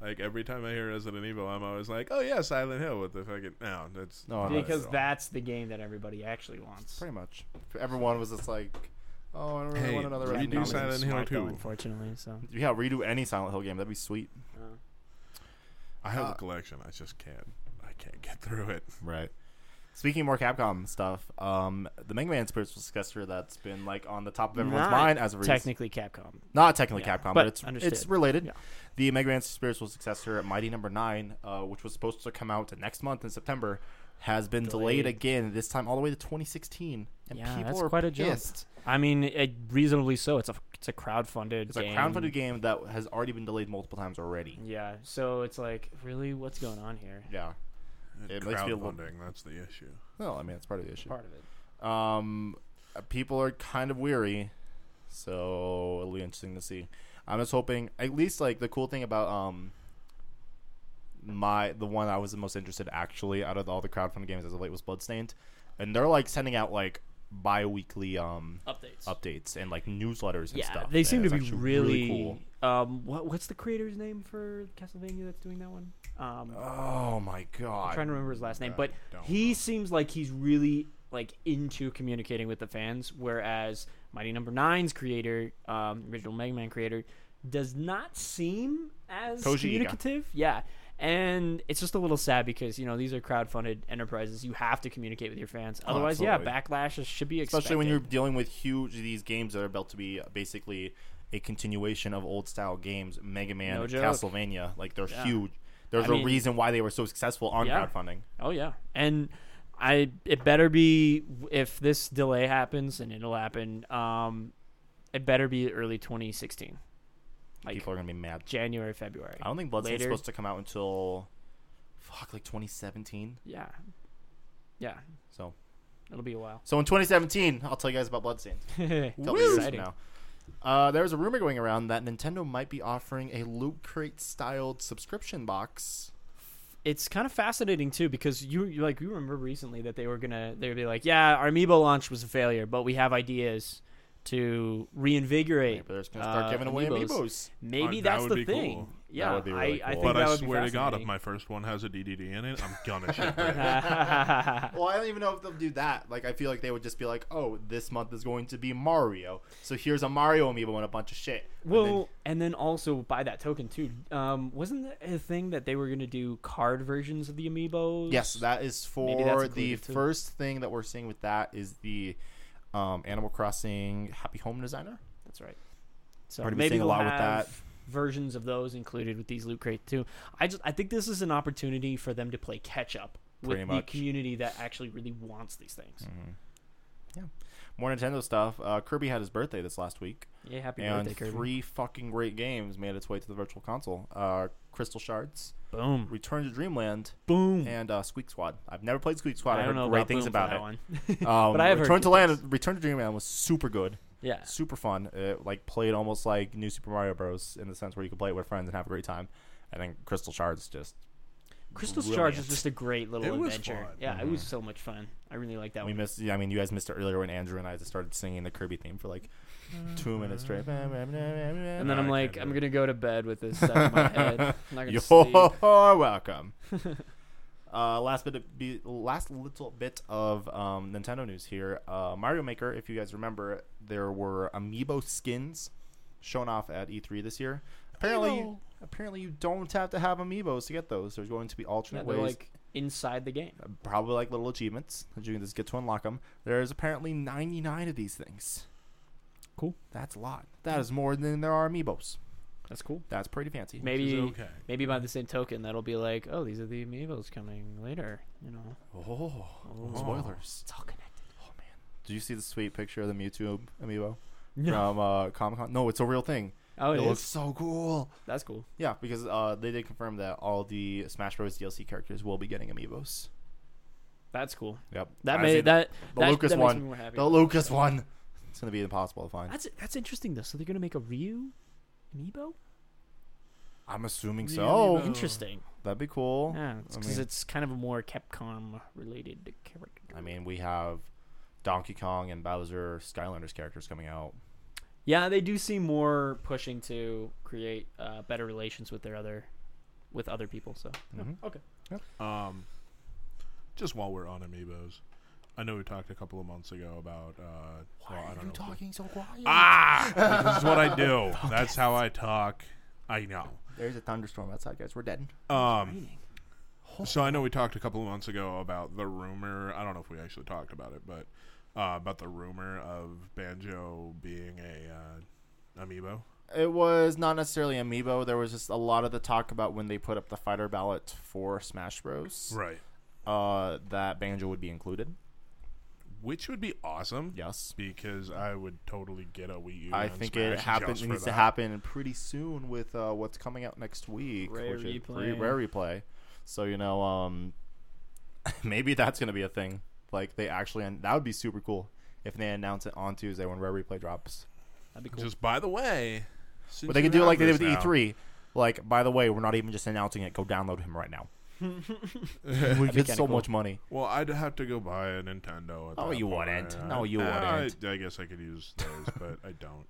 [SPEAKER 1] like every time I hear Resident Evil, I'm always like, "Oh yeah, Silent Hill with the fucking no." That's
[SPEAKER 2] No, no,
[SPEAKER 1] not it
[SPEAKER 3] because
[SPEAKER 1] at all.
[SPEAKER 3] that's the game that everybody actually wants.
[SPEAKER 2] Pretty much. Everyone was just like, Oh, I don't really
[SPEAKER 1] Hey,
[SPEAKER 2] want another
[SPEAKER 1] redo
[SPEAKER 2] Random.
[SPEAKER 1] Silent Hill
[SPEAKER 3] Smart, though,
[SPEAKER 1] 2.
[SPEAKER 3] Unfortunately, so
[SPEAKER 2] Yeah, redo any Silent Hill game. That'd be sweet.
[SPEAKER 3] uh,
[SPEAKER 1] I have
[SPEAKER 2] Uh,
[SPEAKER 1] a collection. I just can't. I can't get through it.
[SPEAKER 2] Right. Speaking of more Capcom stuff, um, the Mega Man spiritual successor that's been like on the top of everyone's
[SPEAKER 3] Not
[SPEAKER 2] mind as of recent.
[SPEAKER 3] technically Capcom.
[SPEAKER 2] Not technically
[SPEAKER 3] Yeah,
[SPEAKER 2] Capcom, but,
[SPEAKER 3] but
[SPEAKER 2] it's
[SPEAKER 3] understood.
[SPEAKER 2] it's related.
[SPEAKER 3] Yeah.
[SPEAKER 2] The Mega Man spiritual successor, Mighty Number Nine, uh, which was supposed to come out next month in September, has been delayed,
[SPEAKER 3] Delayed.
[SPEAKER 2] again. This time all the way to 2016, and
[SPEAKER 3] Yeah,
[SPEAKER 2] people
[SPEAKER 3] that's
[SPEAKER 2] are
[SPEAKER 3] quite a jump.
[SPEAKER 2] pissed.
[SPEAKER 3] I mean, it, reasonably so. It's a it's a crowdfunded.
[SPEAKER 2] It's
[SPEAKER 3] game. Mm.
[SPEAKER 2] a crowdfunded game that has already been delayed multiple times already.
[SPEAKER 3] Yeah, so it's like, really, what's going on here?
[SPEAKER 2] Yeah. It makes me a little-
[SPEAKER 1] Crowdfunding. That's the issue.
[SPEAKER 2] Well, I mean, that's part of the issue.
[SPEAKER 3] Part of it.
[SPEAKER 2] Um, uh, people are kind of weary, so it'll be interesting to see. I'm just hoping at least like the cool thing about um my the one I was the most interested actually out of all the crowdfunding games as of late was Bloodstained, and they're like sending out like bi-weekly um
[SPEAKER 3] Updates.
[SPEAKER 2] updates and like newsletters and
[SPEAKER 3] yeah,
[SPEAKER 2] stuff.
[SPEAKER 3] they
[SPEAKER 2] and
[SPEAKER 3] seem to
[SPEAKER 2] it's
[SPEAKER 3] be
[SPEAKER 2] actually
[SPEAKER 3] really. Um, what what's the creator's name for Castlevania that's doing that one? Um,
[SPEAKER 2] Oh my god!
[SPEAKER 3] I'm trying to remember his last name,
[SPEAKER 2] uh,
[SPEAKER 3] but
[SPEAKER 1] don't
[SPEAKER 3] he seems like he's really like into communicating with the fans, whereas Mighty Number Nine's creator, um, original Mega Man creator, does not seem as
[SPEAKER 2] Koji Iga.
[SPEAKER 3] communicative. Yeah. And it's just a little sad because you know these are crowdfunded enterprises. You have to communicate with your fans, otherwise, yeah,
[SPEAKER 2] Oh, absolutely.
[SPEAKER 3] backlash is- should be expected.
[SPEAKER 2] especially when you're dealing with huge these games that are built to be basically a continuation of old style games mega man
[SPEAKER 3] No joke.
[SPEAKER 2] castlevania like they're
[SPEAKER 3] Yeah.
[SPEAKER 2] huge there's
[SPEAKER 3] I
[SPEAKER 2] a
[SPEAKER 3] mean-
[SPEAKER 2] reason why they were so successful on
[SPEAKER 3] Yeah.
[SPEAKER 2] crowdfunding
[SPEAKER 3] Oh yeah, and I it better be if this delay happens, and it'll happen. Um, it better be early 2016, like
[SPEAKER 2] people are gonna be mad
[SPEAKER 3] January, February.
[SPEAKER 2] i don't think bloodstain's
[SPEAKER 3] Later.
[SPEAKER 2] supposed to come out until fuck like 2017
[SPEAKER 3] Yeah, yeah,
[SPEAKER 2] so
[SPEAKER 3] it'll be a while.
[SPEAKER 2] so in 2017 i'll tell you guys about bloodstained a couple years from
[SPEAKER 3] Exciting.
[SPEAKER 2] now uh, there was a rumor going around that Nintendo might be offering a loot crate styled subscription box.
[SPEAKER 3] It's kind of fascinating too because you you- like you remember recently that they were gonna they would be like, yeah, our Amiibo launch was a failure, but we have ideas to reinvigorate.
[SPEAKER 2] They're just gonna start
[SPEAKER 3] uh,
[SPEAKER 2] giving away
[SPEAKER 3] Amiibos.
[SPEAKER 2] amiibos.
[SPEAKER 3] Maybe
[SPEAKER 1] Uh, that
[SPEAKER 3] that's
[SPEAKER 1] would
[SPEAKER 3] the
[SPEAKER 1] be
[SPEAKER 3] thing.
[SPEAKER 1] cool.
[SPEAKER 3] Yeah,
[SPEAKER 2] would be really
[SPEAKER 3] I, I
[SPEAKER 2] cool.
[SPEAKER 3] think
[SPEAKER 1] But
[SPEAKER 3] that
[SPEAKER 1] I
[SPEAKER 3] would be
[SPEAKER 1] swear to God, if
[SPEAKER 3] fascinating.
[SPEAKER 1] my first one has a DDD in it, I'm gonna ship it.
[SPEAKER 3] yeah,
[SPEAKER 2] Well, I don't even know if they'll do that. Like, I feel like they would just be like, "Oh, this month is going to be Mario, so here's a Mario amiibo and a bunch of shit." And then-
[SPEAKER 3] well, and then also by that token too, um, wasn't there a thing that they were gonna do card versions of the amiibos?
[SPEAKER 2] yes, that is
[SPEAKER 3] Maybe that's
[SPEAKER 2] for the
[SPEAKER 3] included, too.
[SPEAKER 2] first thing that we're seeing with that is the um, Animal Crossing Happy Home Designer.
[SPEAKER 3] that's right. So
[SPEAKER 2] Already been
[SPEAKER 3] maybe
[SPEAKER 2] seeing a lot
[SPEAKER 3] they'll
[SPEAKER 2] with
[SPEAKER 3] have
[SPEAKER 2] that.
[SPEAKER 3] versions of those included with these loot crate too. I just I think this is an opportunity for them to play catch up with
[SPEAKER 2] Pretty
[SPEAKER 3] the
[SPEAKER 2] much. Mm-hmm.
[SPEAKER 3] community that actually really wants these things.
[SPEAKER 2] More Nintendo stuff. Uh, Kirby had his birthday this last week,
[SPEAKER 3] Yeah, happy
[SPEAKER 2] and
[SPEAKER 3] birthday, Kirby!
[SPEAKER 2] three fucking great games made its way to the Virtual Console: uh, Crystal Shards,
[SPEAKER 3] Boom,
[SPEAKER 2] Return to Dreamland,
[SPEAKER 3] boom.
[SPEAKER 2] and uh, Squeak Squad. I've never played Squeak Squad.
[SPEAKER 3] I don't
[SPEAKER 2] heard
[SPEAKER 3] know
[SPEAKER 2] great
[SPEAKER 3] about
[SPEAKER 2] things
[SPEAKER 3] boom for
[SPEAKER 2] about
[SPEAKER 3] that
[SPEAKER 2] it.
[SPEAKER 3] one.
[SPEAKER 2] Um,
[SPEAKER 3] But I have heard
[SPEAKER 2] Return to
[SPEAKER 3] good
[SPEAKER 2] Land, Return to Dreamland was super good.
[SPEAKER 3] yeah,
[SPEAKER 2] super fun. It like played almost like New Super Mario Bros. in the sense where you can play it with friends and have a great time. And then Crystal Shards just
[SPEAKER 3] Crystal
[SPEAKER 2] Brilliant.
[SPEAKER 3] Charge is just a great little
[SPEAKER 1] It was
[SPEAKER 3] adventure.
[SPEAKER 1] fun.
[SPEAKER 3] Yeah, it was so much fun. I really like that
[SPEAKER 2] Mm-hmm. we
[SPEAKER 3] one.
[SPEAKER 2] missed. I mean, you guys missed it earlier when Andrew and I just started singing the Kirby theme for like two minutes straight.
[SPEAKER 3] And
[SPEAKER 2] And
[SPEAKER 3] then
[SPEAKER 1] I
[SPEAKER 3] I'm
[SPEAKER 1] can't
[SPEAKER 3] like,
[SPEAKER 1] do
[SPEAKER 3] I'm
[SPEAKER 1] it.
[SPEAKER 3] gonna go to bed with this stuff in my head. I'm not gonna sleep.
[SPEAKER 2] you're welcome. Uh, last bit of be, last little bit of um, Nintendo news here. Uh, Mario Maker, if you guys remember, there were amiibo skins shown off at E3 this year. Apparently,
[SPEAKER 3] Amiibo.
[SPEAKER 2] apparently you don't have to have amiibos to get those. There's going to be
[SPEAKER 3] Yeah,
[SPEAKER 2] alternate
[SPEAKER 3] they're
[SPEAKER 2] ways,
[SPEAKER 3] like inside the game.
[SPEAKER 2] probably like little achievements that you can just get to unlock them. There's apparently 99 of these things.
[SPEAKER 3] Cool.
[SPEAKER 2] That's a lot. That is more than there are amiibos.
[SPEAKER 3] That's cool.
[SPEAKER 2] That's pretty fancy.
[SPEAKER 1] Which
[SPEAKER 3] Maybe
[SPEAKER 1] is okay.
[SPEAKER 3] maybe by the same token, that'll be like, oh, these are the amiibos coming later. You know,
[SPEAKER 2] Oh,
[SPEAKER 3] Oh.
[SPEAKER 2] spoilers.
[SPEAKER 3] it's all connected.
[SPEAKER 2] Oh man, did you see the sweet picture of the Mewtwo amiibo
[SPEAKER 3] No.
[SPEAKER 2] from uh, Comic Con? No, it's a real thing.
[SPEAKER 3] Oh, it
[SPEAKER 2] it
[SPEAKER 3] is.
[SPEAKER 2] looks so cool.
[SPEAKER 3] That's cool.
[SPEAKER 2] Yeah, because uh, they did confirm that all the Smash Bros. DLC characters will be getting amiibos.
[SPEAKER 3] That's cool.
[SPEAKER 2] Yep,
[SPEAKER 3] That
[SPEAKER 2] I
[SPEAKER 3] made
[SPEAKER 2] see
[SPEAKER 3] that
[SPEAKER 2] the
[SPEAKER 3] that,
[SPEAKER 2] Lucas
[SPEAKER 3] that
[SPEAKER 2] one.
[SPEAKER 3] Makes me more happy.
[SPEAKER 2] the Lucas one. It's gonna be impossible to find.
[SPEAKER 3] That's that's interesting though. So they're gonna make a Ryu amiibo.
[SPEAKER 2] I'm assuming
[SPEAKER 1] Really,
[SPEAKER 2] so.
[SPEAKER 1] though?
[SPEAKER 3] Interesting.
[SPEAKER 2] That'd be cool.
[SPEAKER 3] Yeah,
[SPEAKER 2] Oh. I
[SPEAKER 3] because
[SPEAKER 2] mean-
[SPEAKER 3] it's kind of a more Capcom related character.
[SPEAKER 2] I mean, we have Donkey Kong and Bowser Skylanders characters coming out.
[SPEAKER 3] Yeah, they do seem more pushing to create uh, better relations with their other, with other people. So
[SPEAKER 2] Mhm.
[SPEAKER 3] okay,
[SPEAKER 1] Um, just while we're on amiibos, I know we talked a couple of months ago about. Uh, well, I don't know.
[SPEAKER 2] so quiet?
[SPEAKER 1] Ah, this is what I do. That's how I talk. I know.
[SPEAKER 2] There's a thunderstorm outside, guys. We're dead.
[SPEAKER 1] Um, so I know we talked a couple of months ago about the rumor. I don't know if we actually talked about it, but uh, about the rumor of Banjo being a uh, amiibo.
[SPEAKER 2] It was not necessarily amiibo. There was just a lot of the talk about when they put up the fighter ballot for Smash Bros.
[SPEAKER 1] Right.
[SPEAKER 2] Uh, that Banjo would be included.
[SPEAKER 1] Which would be awesome.
[SPEAKER 2] Yes.
[SPEAKER 1] Because I would totally get a Wii U.
[SPEAKER 2] I
[SPEAKER 1] and
[SPEAKER 2] think
[SPEAKER 1] Smash
[SPEAKER 2] it happens.
[SPEAKER 1] just
[SPEAKER 2] It
[SPEAKER 1] for
[SPEAKER 2] needs to
[SPEAKER 1] that.
[SPEAKER 2] happen pretty soon with uh, what's coming out next week,
[SPEAKER 3] Rare
[SPEAKER 2] which is
[SPEAKER 3] Replay.
[SPEAKER 2] Re- rare replay. So you know, um, maybe that's gonna be a thing. Like they actually, and that would be super cool if they announce it on Tuesday when rare replay drops.
[SPEAKER 3] That'd be cool.
[SPEAKER 1] Just by the way,
[SPEAKER 2] But they could do it like they did with E E3. Like, by the way, we're not even just announcing it. Go download him right now. we get
[SPEAKER 3] kinda
[SPEAKER 2] so
[SPEAKER 3] cool.
[SPEAKER 2] much money.
[SPEAKER 1] Well, I'd have to go buy a Nintendo. At
[SPEAKER 2] Oh,
[SPEAKER 1] that
[SPEAKER 2] you
[SPEAKER 1] point.
[SPEAKER 2] wouldn't.
[SPEAKER 1] I-
[SPEAKER 2] No, you
[SPEAKER 1] I-
[SPEAKER 2] wouldn't.
[SPEAKER 1] I, guess I could use those, but I don't.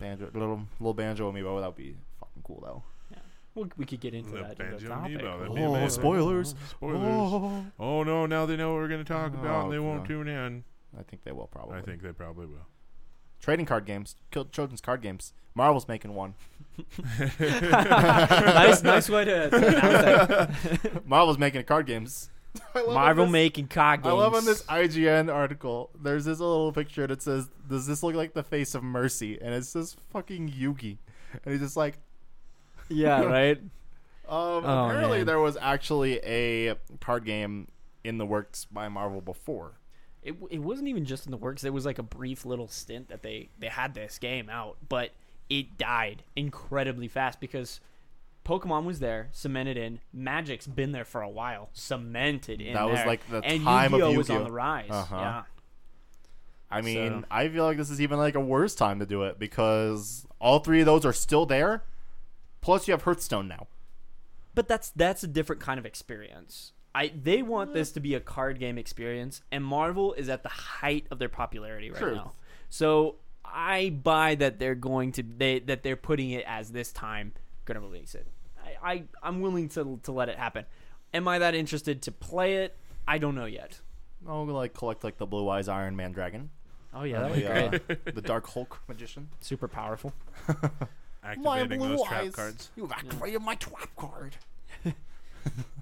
[SPEAKER 2] Banjo, little little banjo amiibo. That would be fucking cool though.
[SPEAKER 3] Well, we could get into
[SPEAKER 1] The
[SPEAKER 3] that.
[SPEAKER 1] Banjo
[SPEAKER 3] topic.
[SPEAKER 1] Amiibo, that'd be
[SPEAKER 2] Oh,
[SPEAKER 1] amazing.
[SPEAKER 2] spoilers!
[SPEAKER 1] Spoilers. Oh.
[SPEAKER 2] Oh.
[SPEAKER 1] no! Now they know what we're going to talk about,
[SPEAKER 2] Oh,
[SPEAKER 1] and they won't
[SPEAKER 2] God.
[SPEAKER 1] tune in.
[SPEAKER 2] I think they will probably.
[SPEAKER 1] I think they probably will.
[SPEAKER 2] trading card games, Kill children's card games. Marvel's making one.
[SPEAKER 3] nice, nice way to. to announce that.
[SPEAKER 2] Marvel's making card games. I love
[SPEAKER 3] Marvel
[SPEAKER 2] on this-
[SPEAKER 3] making cock games.
[SPEAKER 2] I love on this IGN article. There's this little picture that says, "Does this look like the face of mercy?" And it says, "Fucking Yugi," and he's just like,
[SPEAKER 3] Yeah, right.
[SPEAKER 2] Um,
[SPEAKER 3] Oh,
[SPEAKER 2] apparently,
[SPEAKER 3] man.
[SPEAKER 2] there was actually a card game in the works by Marvel before.
[SPEAKER 3] It, it wasn't even just in the works. It was like a brief little stint that they they had this game out, but it died incredibly fast because Pokemon was there, cemented in. Magic's been there for a while, cemented in.
[SPEAKER 2] That was
[SPEAKER 3] there,
[SPEAKER 2] like the
[SPEAKER 3] and
[SPEAKER 2] time of
[SPEAKER 3] Yu-Gi-Oh was on
[SPEAKER 2] Yu-Gi-Oh.
[SPEAKER 3] the rise.
[SPEAKER 2] Uh-huh.
[SPEAKER 3] Yeah.
[SPEAKER 2] I mean,
[SPEAKER 3] So-
[SPEAKER 2] I feel like this is even like a worse time to do it because all three of those are still there. Plus, you have Hearthstone now.
[SPEAKER 3] but that's that's a different kind of experience. I they want this to be a card game experience, and Marvel is at the height of their popularity right
[SPEAKER 2] Truth.
[SPEAKER 3] now. So I buy that they're going to they that they're putting it as this time going to release it. I, I I'm willing to to let it happen. Am I that interested to play it? I don't know yet.
[SPEAKER 2] I'll Oh, like collect like the Blue Eyes Iron Man Dragon,
[SPEAKER 3] Oh yeah, that would be
[SPEAKER 2] the,
[SPEAKER 3] great.
[SPEAKER 2] uh, the Dark Hulk Magician.
[SPEAKER 3] Super powerful.
[SPEAKER 1] Activating those trap cards.
[SPEAKER 2] You activated my trap card.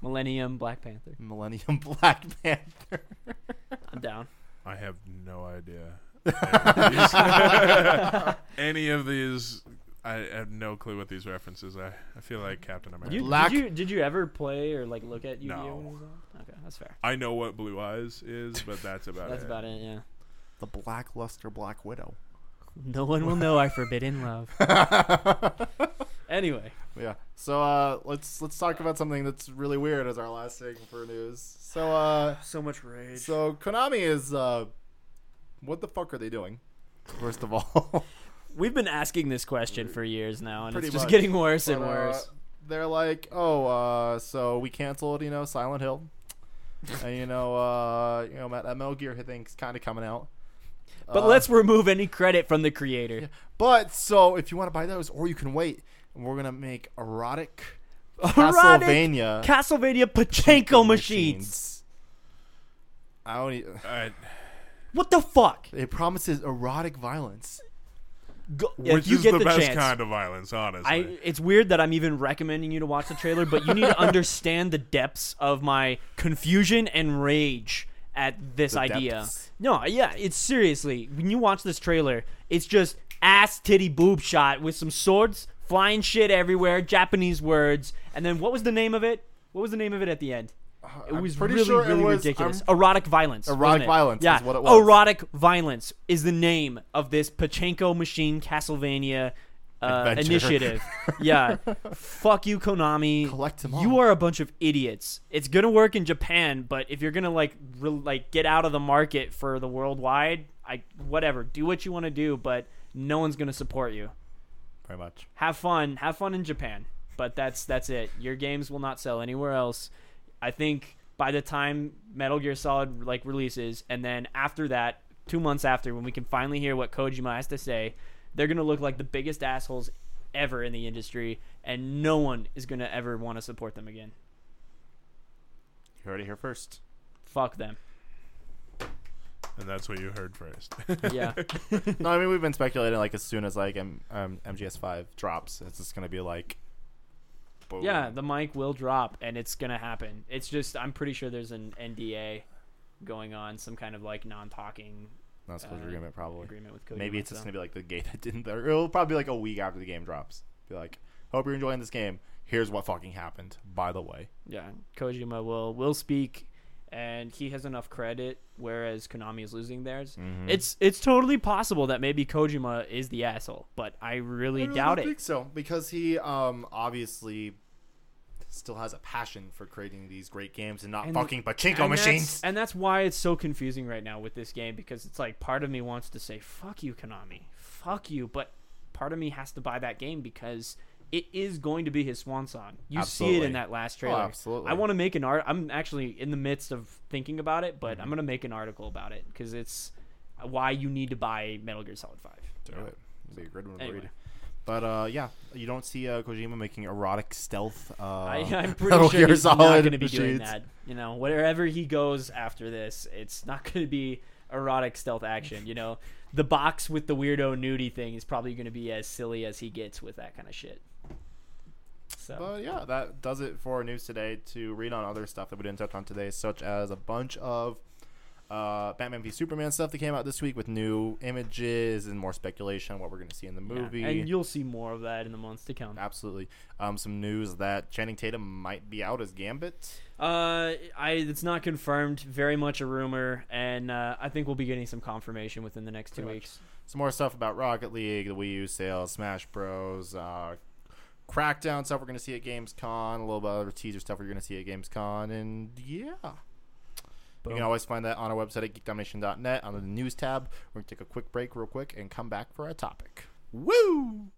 [SPEAKER 3] Millennium Black Panther.
[SPEAKER 2] Millennium Black Panther.
[SPEAKER 3] I'm down.
[SPEAKER 1] I have no idea. Any of these, I have no clue what these references are. I feel like Captain America.
[SPEAKER 3] You,
[SPEAKER 2] Black-
[SPEAKER 3] Did you did you ever play or like look at Yu-Gi-Oh?
[SPEAKER 1] No.
[SPEAKER 3] when it was on? Okay, that's fair.
[SPEAKER 1] I know what Blue Eyes is, but that's about
[SPEAKER 3] That's
[SPEAKER 1] it.
[SPEAKER 3] about it. Yeah.
[SPEAKER 2] The Black Luster Black Widow.
[SPEAKER 3] No one will know our forbidden love. anyway,
[SPEAKER 2] Yeah. So uh, let's let's talk about something that's really weird as our last thing for news. So uh,
[SPEAKER 3] so much rage.
[SPEAKER 2] so Konami is uh, what the fuck are they doing? First of all,
[SPEAKER 3] We've been asking this question for years now, and
[SPEAKER 2] Pretty
[SPEAKER 3] it's just
[SPEAKER 2] much.
[SPEAKER 3] getting worse
[SPEAKER 2] But,
[SPEAKER 3] and
[SPEAKER 2] uh,
[SPEAKER 3] worse.
[SPEAKER 2] they're like, oh, uh, so we canceled, you know, Silent Hill, and you know, uh, you know, that that Metal Gear thing's kind of coming out.
[SPEAKER 3] But
[SPEAKER 2] uh,
[SPEAKER 3] let's remove any credit from the creator.
[SPEAKER 2] But so if you want to buy those, or you can wait, and we're gonna make erotic,
[SPEAKER 3] Erotic
[SPEAKER 2] Castlevania
[SPEAKER 3] Castlevania pachinko machines.
[SPEAKER 2] machines. I don't. e-
[SPEAKER 1] I-
[SPEAKER 3] What the fuck?
[SPEAKER 2] It promises erotic violence.
[SPEAKER 3] Go,
[SPEAKER 1] which
[SPEAKER 3] if you
[SPEAKER 1] is
[SPEAKER 3] get
[SPEAKER 1] the,
[SPEAKER 3] the,
[SPEAKER 1] best
[SPEAKER 3] chance.
[SPEAKER 1] kind of violence, honestly.
[SPEAKER 3] I, it's weird that I'm even recommending you to watch the trailer, but you need to understand the depths of my confusion and rage at this
[SPEAKER 2] The
[SPEAKER 3] idea.
[SPEAKER 2] depths.
[SPEAKER 3] No, yeah, it's seriously. When you watch this trailer, it's just ass titty boob shot with some swords, flying shit everywhere, Japanese words, and then what was the name of it? What was the name of it at the end? It
[SPEAKER 2] Uh, I'm
[SPEAKER 3] was
[SPEAKER 2] pretty
[SPEAKER 3] really,
[SPEAKER 2] sure it
[SPEAKER 3] really
[SPEAKER 2] was-
[SPEAKER 3] ridiculous.
[SPEAKER 2] I'm-
[SPEAKER 3] Erotic violence.
[SPEAKER 2] Erotic
[SPEAKER 3] wasn't it?
[SPEAKER 2] violence
[SPEAKER 3] Yeah.
[SPEAKER 2] is what it was.
[SPEAKER 3] Erotic violence is the name of this Pachenko Machine Castlevania uh,
[SPEAKER 2] Adventure.
[SPEAKER 3] initiative. yeah. Fuck you, Konami.
[SPEAKER 2] Collect 'em
[SPEAKER 3] You
[SPEAKER 2] all.
[SPEAKER 3] are a bunch of idiots. It's gonna work in Japan, but if you're gonna like re- like get out of the market for the worldwide, I whatever. Do what you want to do, but no one's gonna support you.
[SPEAKER 2] Pretty much.
[SPEAKER 3] Have fun. Have fun in Japan, but that's that's it. Your games will not sell anywhere else. I think by the time Metal Gear Solid like releases, and then after that, two months after, when we can finally hear what Kojima has to say, they're gonna look like the biggest assholes ever in the industry, and no one is gonna ever want to support them again.
[SPEAKER 2] You heard it here first.
[SPEAKER 3] Fuck them.
[SPEAKER 1] and that's what you heard first.
[SPEAKER 3] yeah.
[SPEAKER 2] No, I mean we've been speculating like as soon as like M- um, MGS five drops, it's just gonna be like, boom.
[SPEAKER 3] Yeah, the mic will drop and it's going to happen. It's just, I'm pretty sure there's an NDA going on, some kind of like non talking
[SPEAKER 2] that's
[SPEAKER 3] uh,
[SPEAKER 2] agreement probably.
[SPEAKER 3] agreement with Kojima.
[SPEAKER 2] Maybe it's
[SPEAKER 3] so.
[SPEAKER 2] just gonna be like the game that didn't. There. It'll probably be like a week after the game drops. Be like, hope you're enjoying this game. Here's what fucking happened. By the way,
[SPEAKER 3] Yeah, Kojima will will speak, and he has enough credit, whereas Konami is losing theirs. It's it's totally possible that maybe Kojima is the asshole, but I really, doubt it.
[SPEAKER 2] so because he um obviously still has a passion for creating these great games and not
[SPEAKER 3] And-
[SPEAKER 2] fucking pachinko
[SPEAKER 3] and
[SPEAKER 2] machines.
[SPEAKER 3] That's, and that's why it's so confusing right now with this game because it's like part of me wants to say fuck you Konami, fuck you, but part of me has to buy that game because it is going to be his swan song. You see it
[SPEAKER 2] Absolutely. Oh,
[SPEAKER 3] in that last trailer.
[SPEAKER 2] absolutely.
[SPEAKER 3] I want to make an art. I'm actually in the midst of thinking about it,
[SPEAKER 2] Mm-hmm.
[SPEAKER 3] but I'm gonna make an article about it because it's why you need to buy Metal Gear Solid Five.
[SPEAKER 2] Do it. It'd be a good one to
[SPEAKER 3] Anyway.
[SPEAKER 2] read. But uh, yeah, you don't see uh, Kojima making erotic stealth. Uh,
[SPEAKER 3] I, I'm pretty
[SPEAKER 2] Metal
[SPEAKER 3] sure
[SPEAKER 2] Gear
[SPEAKER 3] he's not
[SPEAKER 2] Solid
[SPEAKER 3] going to be doing
[SPEAKER 2] machines.
[SPEAKER 3] that. You know, wherever he goes after this, it's not going to be erotic stealth action. You know, the box with the weirdo nudie thing is probably going to be as silly as he gets with that kind of shit. So
[SPEAKER 2] But yeah, that does it for news today. To read on other stuff that we didn't touch on today, such as a bunch of uh, Batman v Superman stuff that came out this week with new images and more speculation on what we're going to see in the
[SPEAKER 3] yeah.
[SPEAKER 2] movie.
[SPEAKER 3] and you'll see more of that in the months to come.
[SPEAKER 2] Absolutely. Um, some news that Channing Tatum might be out as Gambit.
[SPEAKER 3] Uh, I it's not confirmed. Very much a rumor, and uh, I think we'll be getting some confirmation within the next two
[SPEAKER 2] Pretty much.
[SPEAKER 3] weeks.
[SPEAKER 2] Some more stuff about Rocket League, the Wii U sales, Smash Bros, uh, Crackdown stuff we're going to see at Gamescon, a little bit of other teaser stuff we're going to see at Gamescon, and yeah. You
[SPEAKER 3] Boom.
[SPEAKER 2] can always find that on our website at geekdomination.net under the news tab. We're going to take a quick break, real quick, and come back for our topic.
[SPEAKER 1] Woo!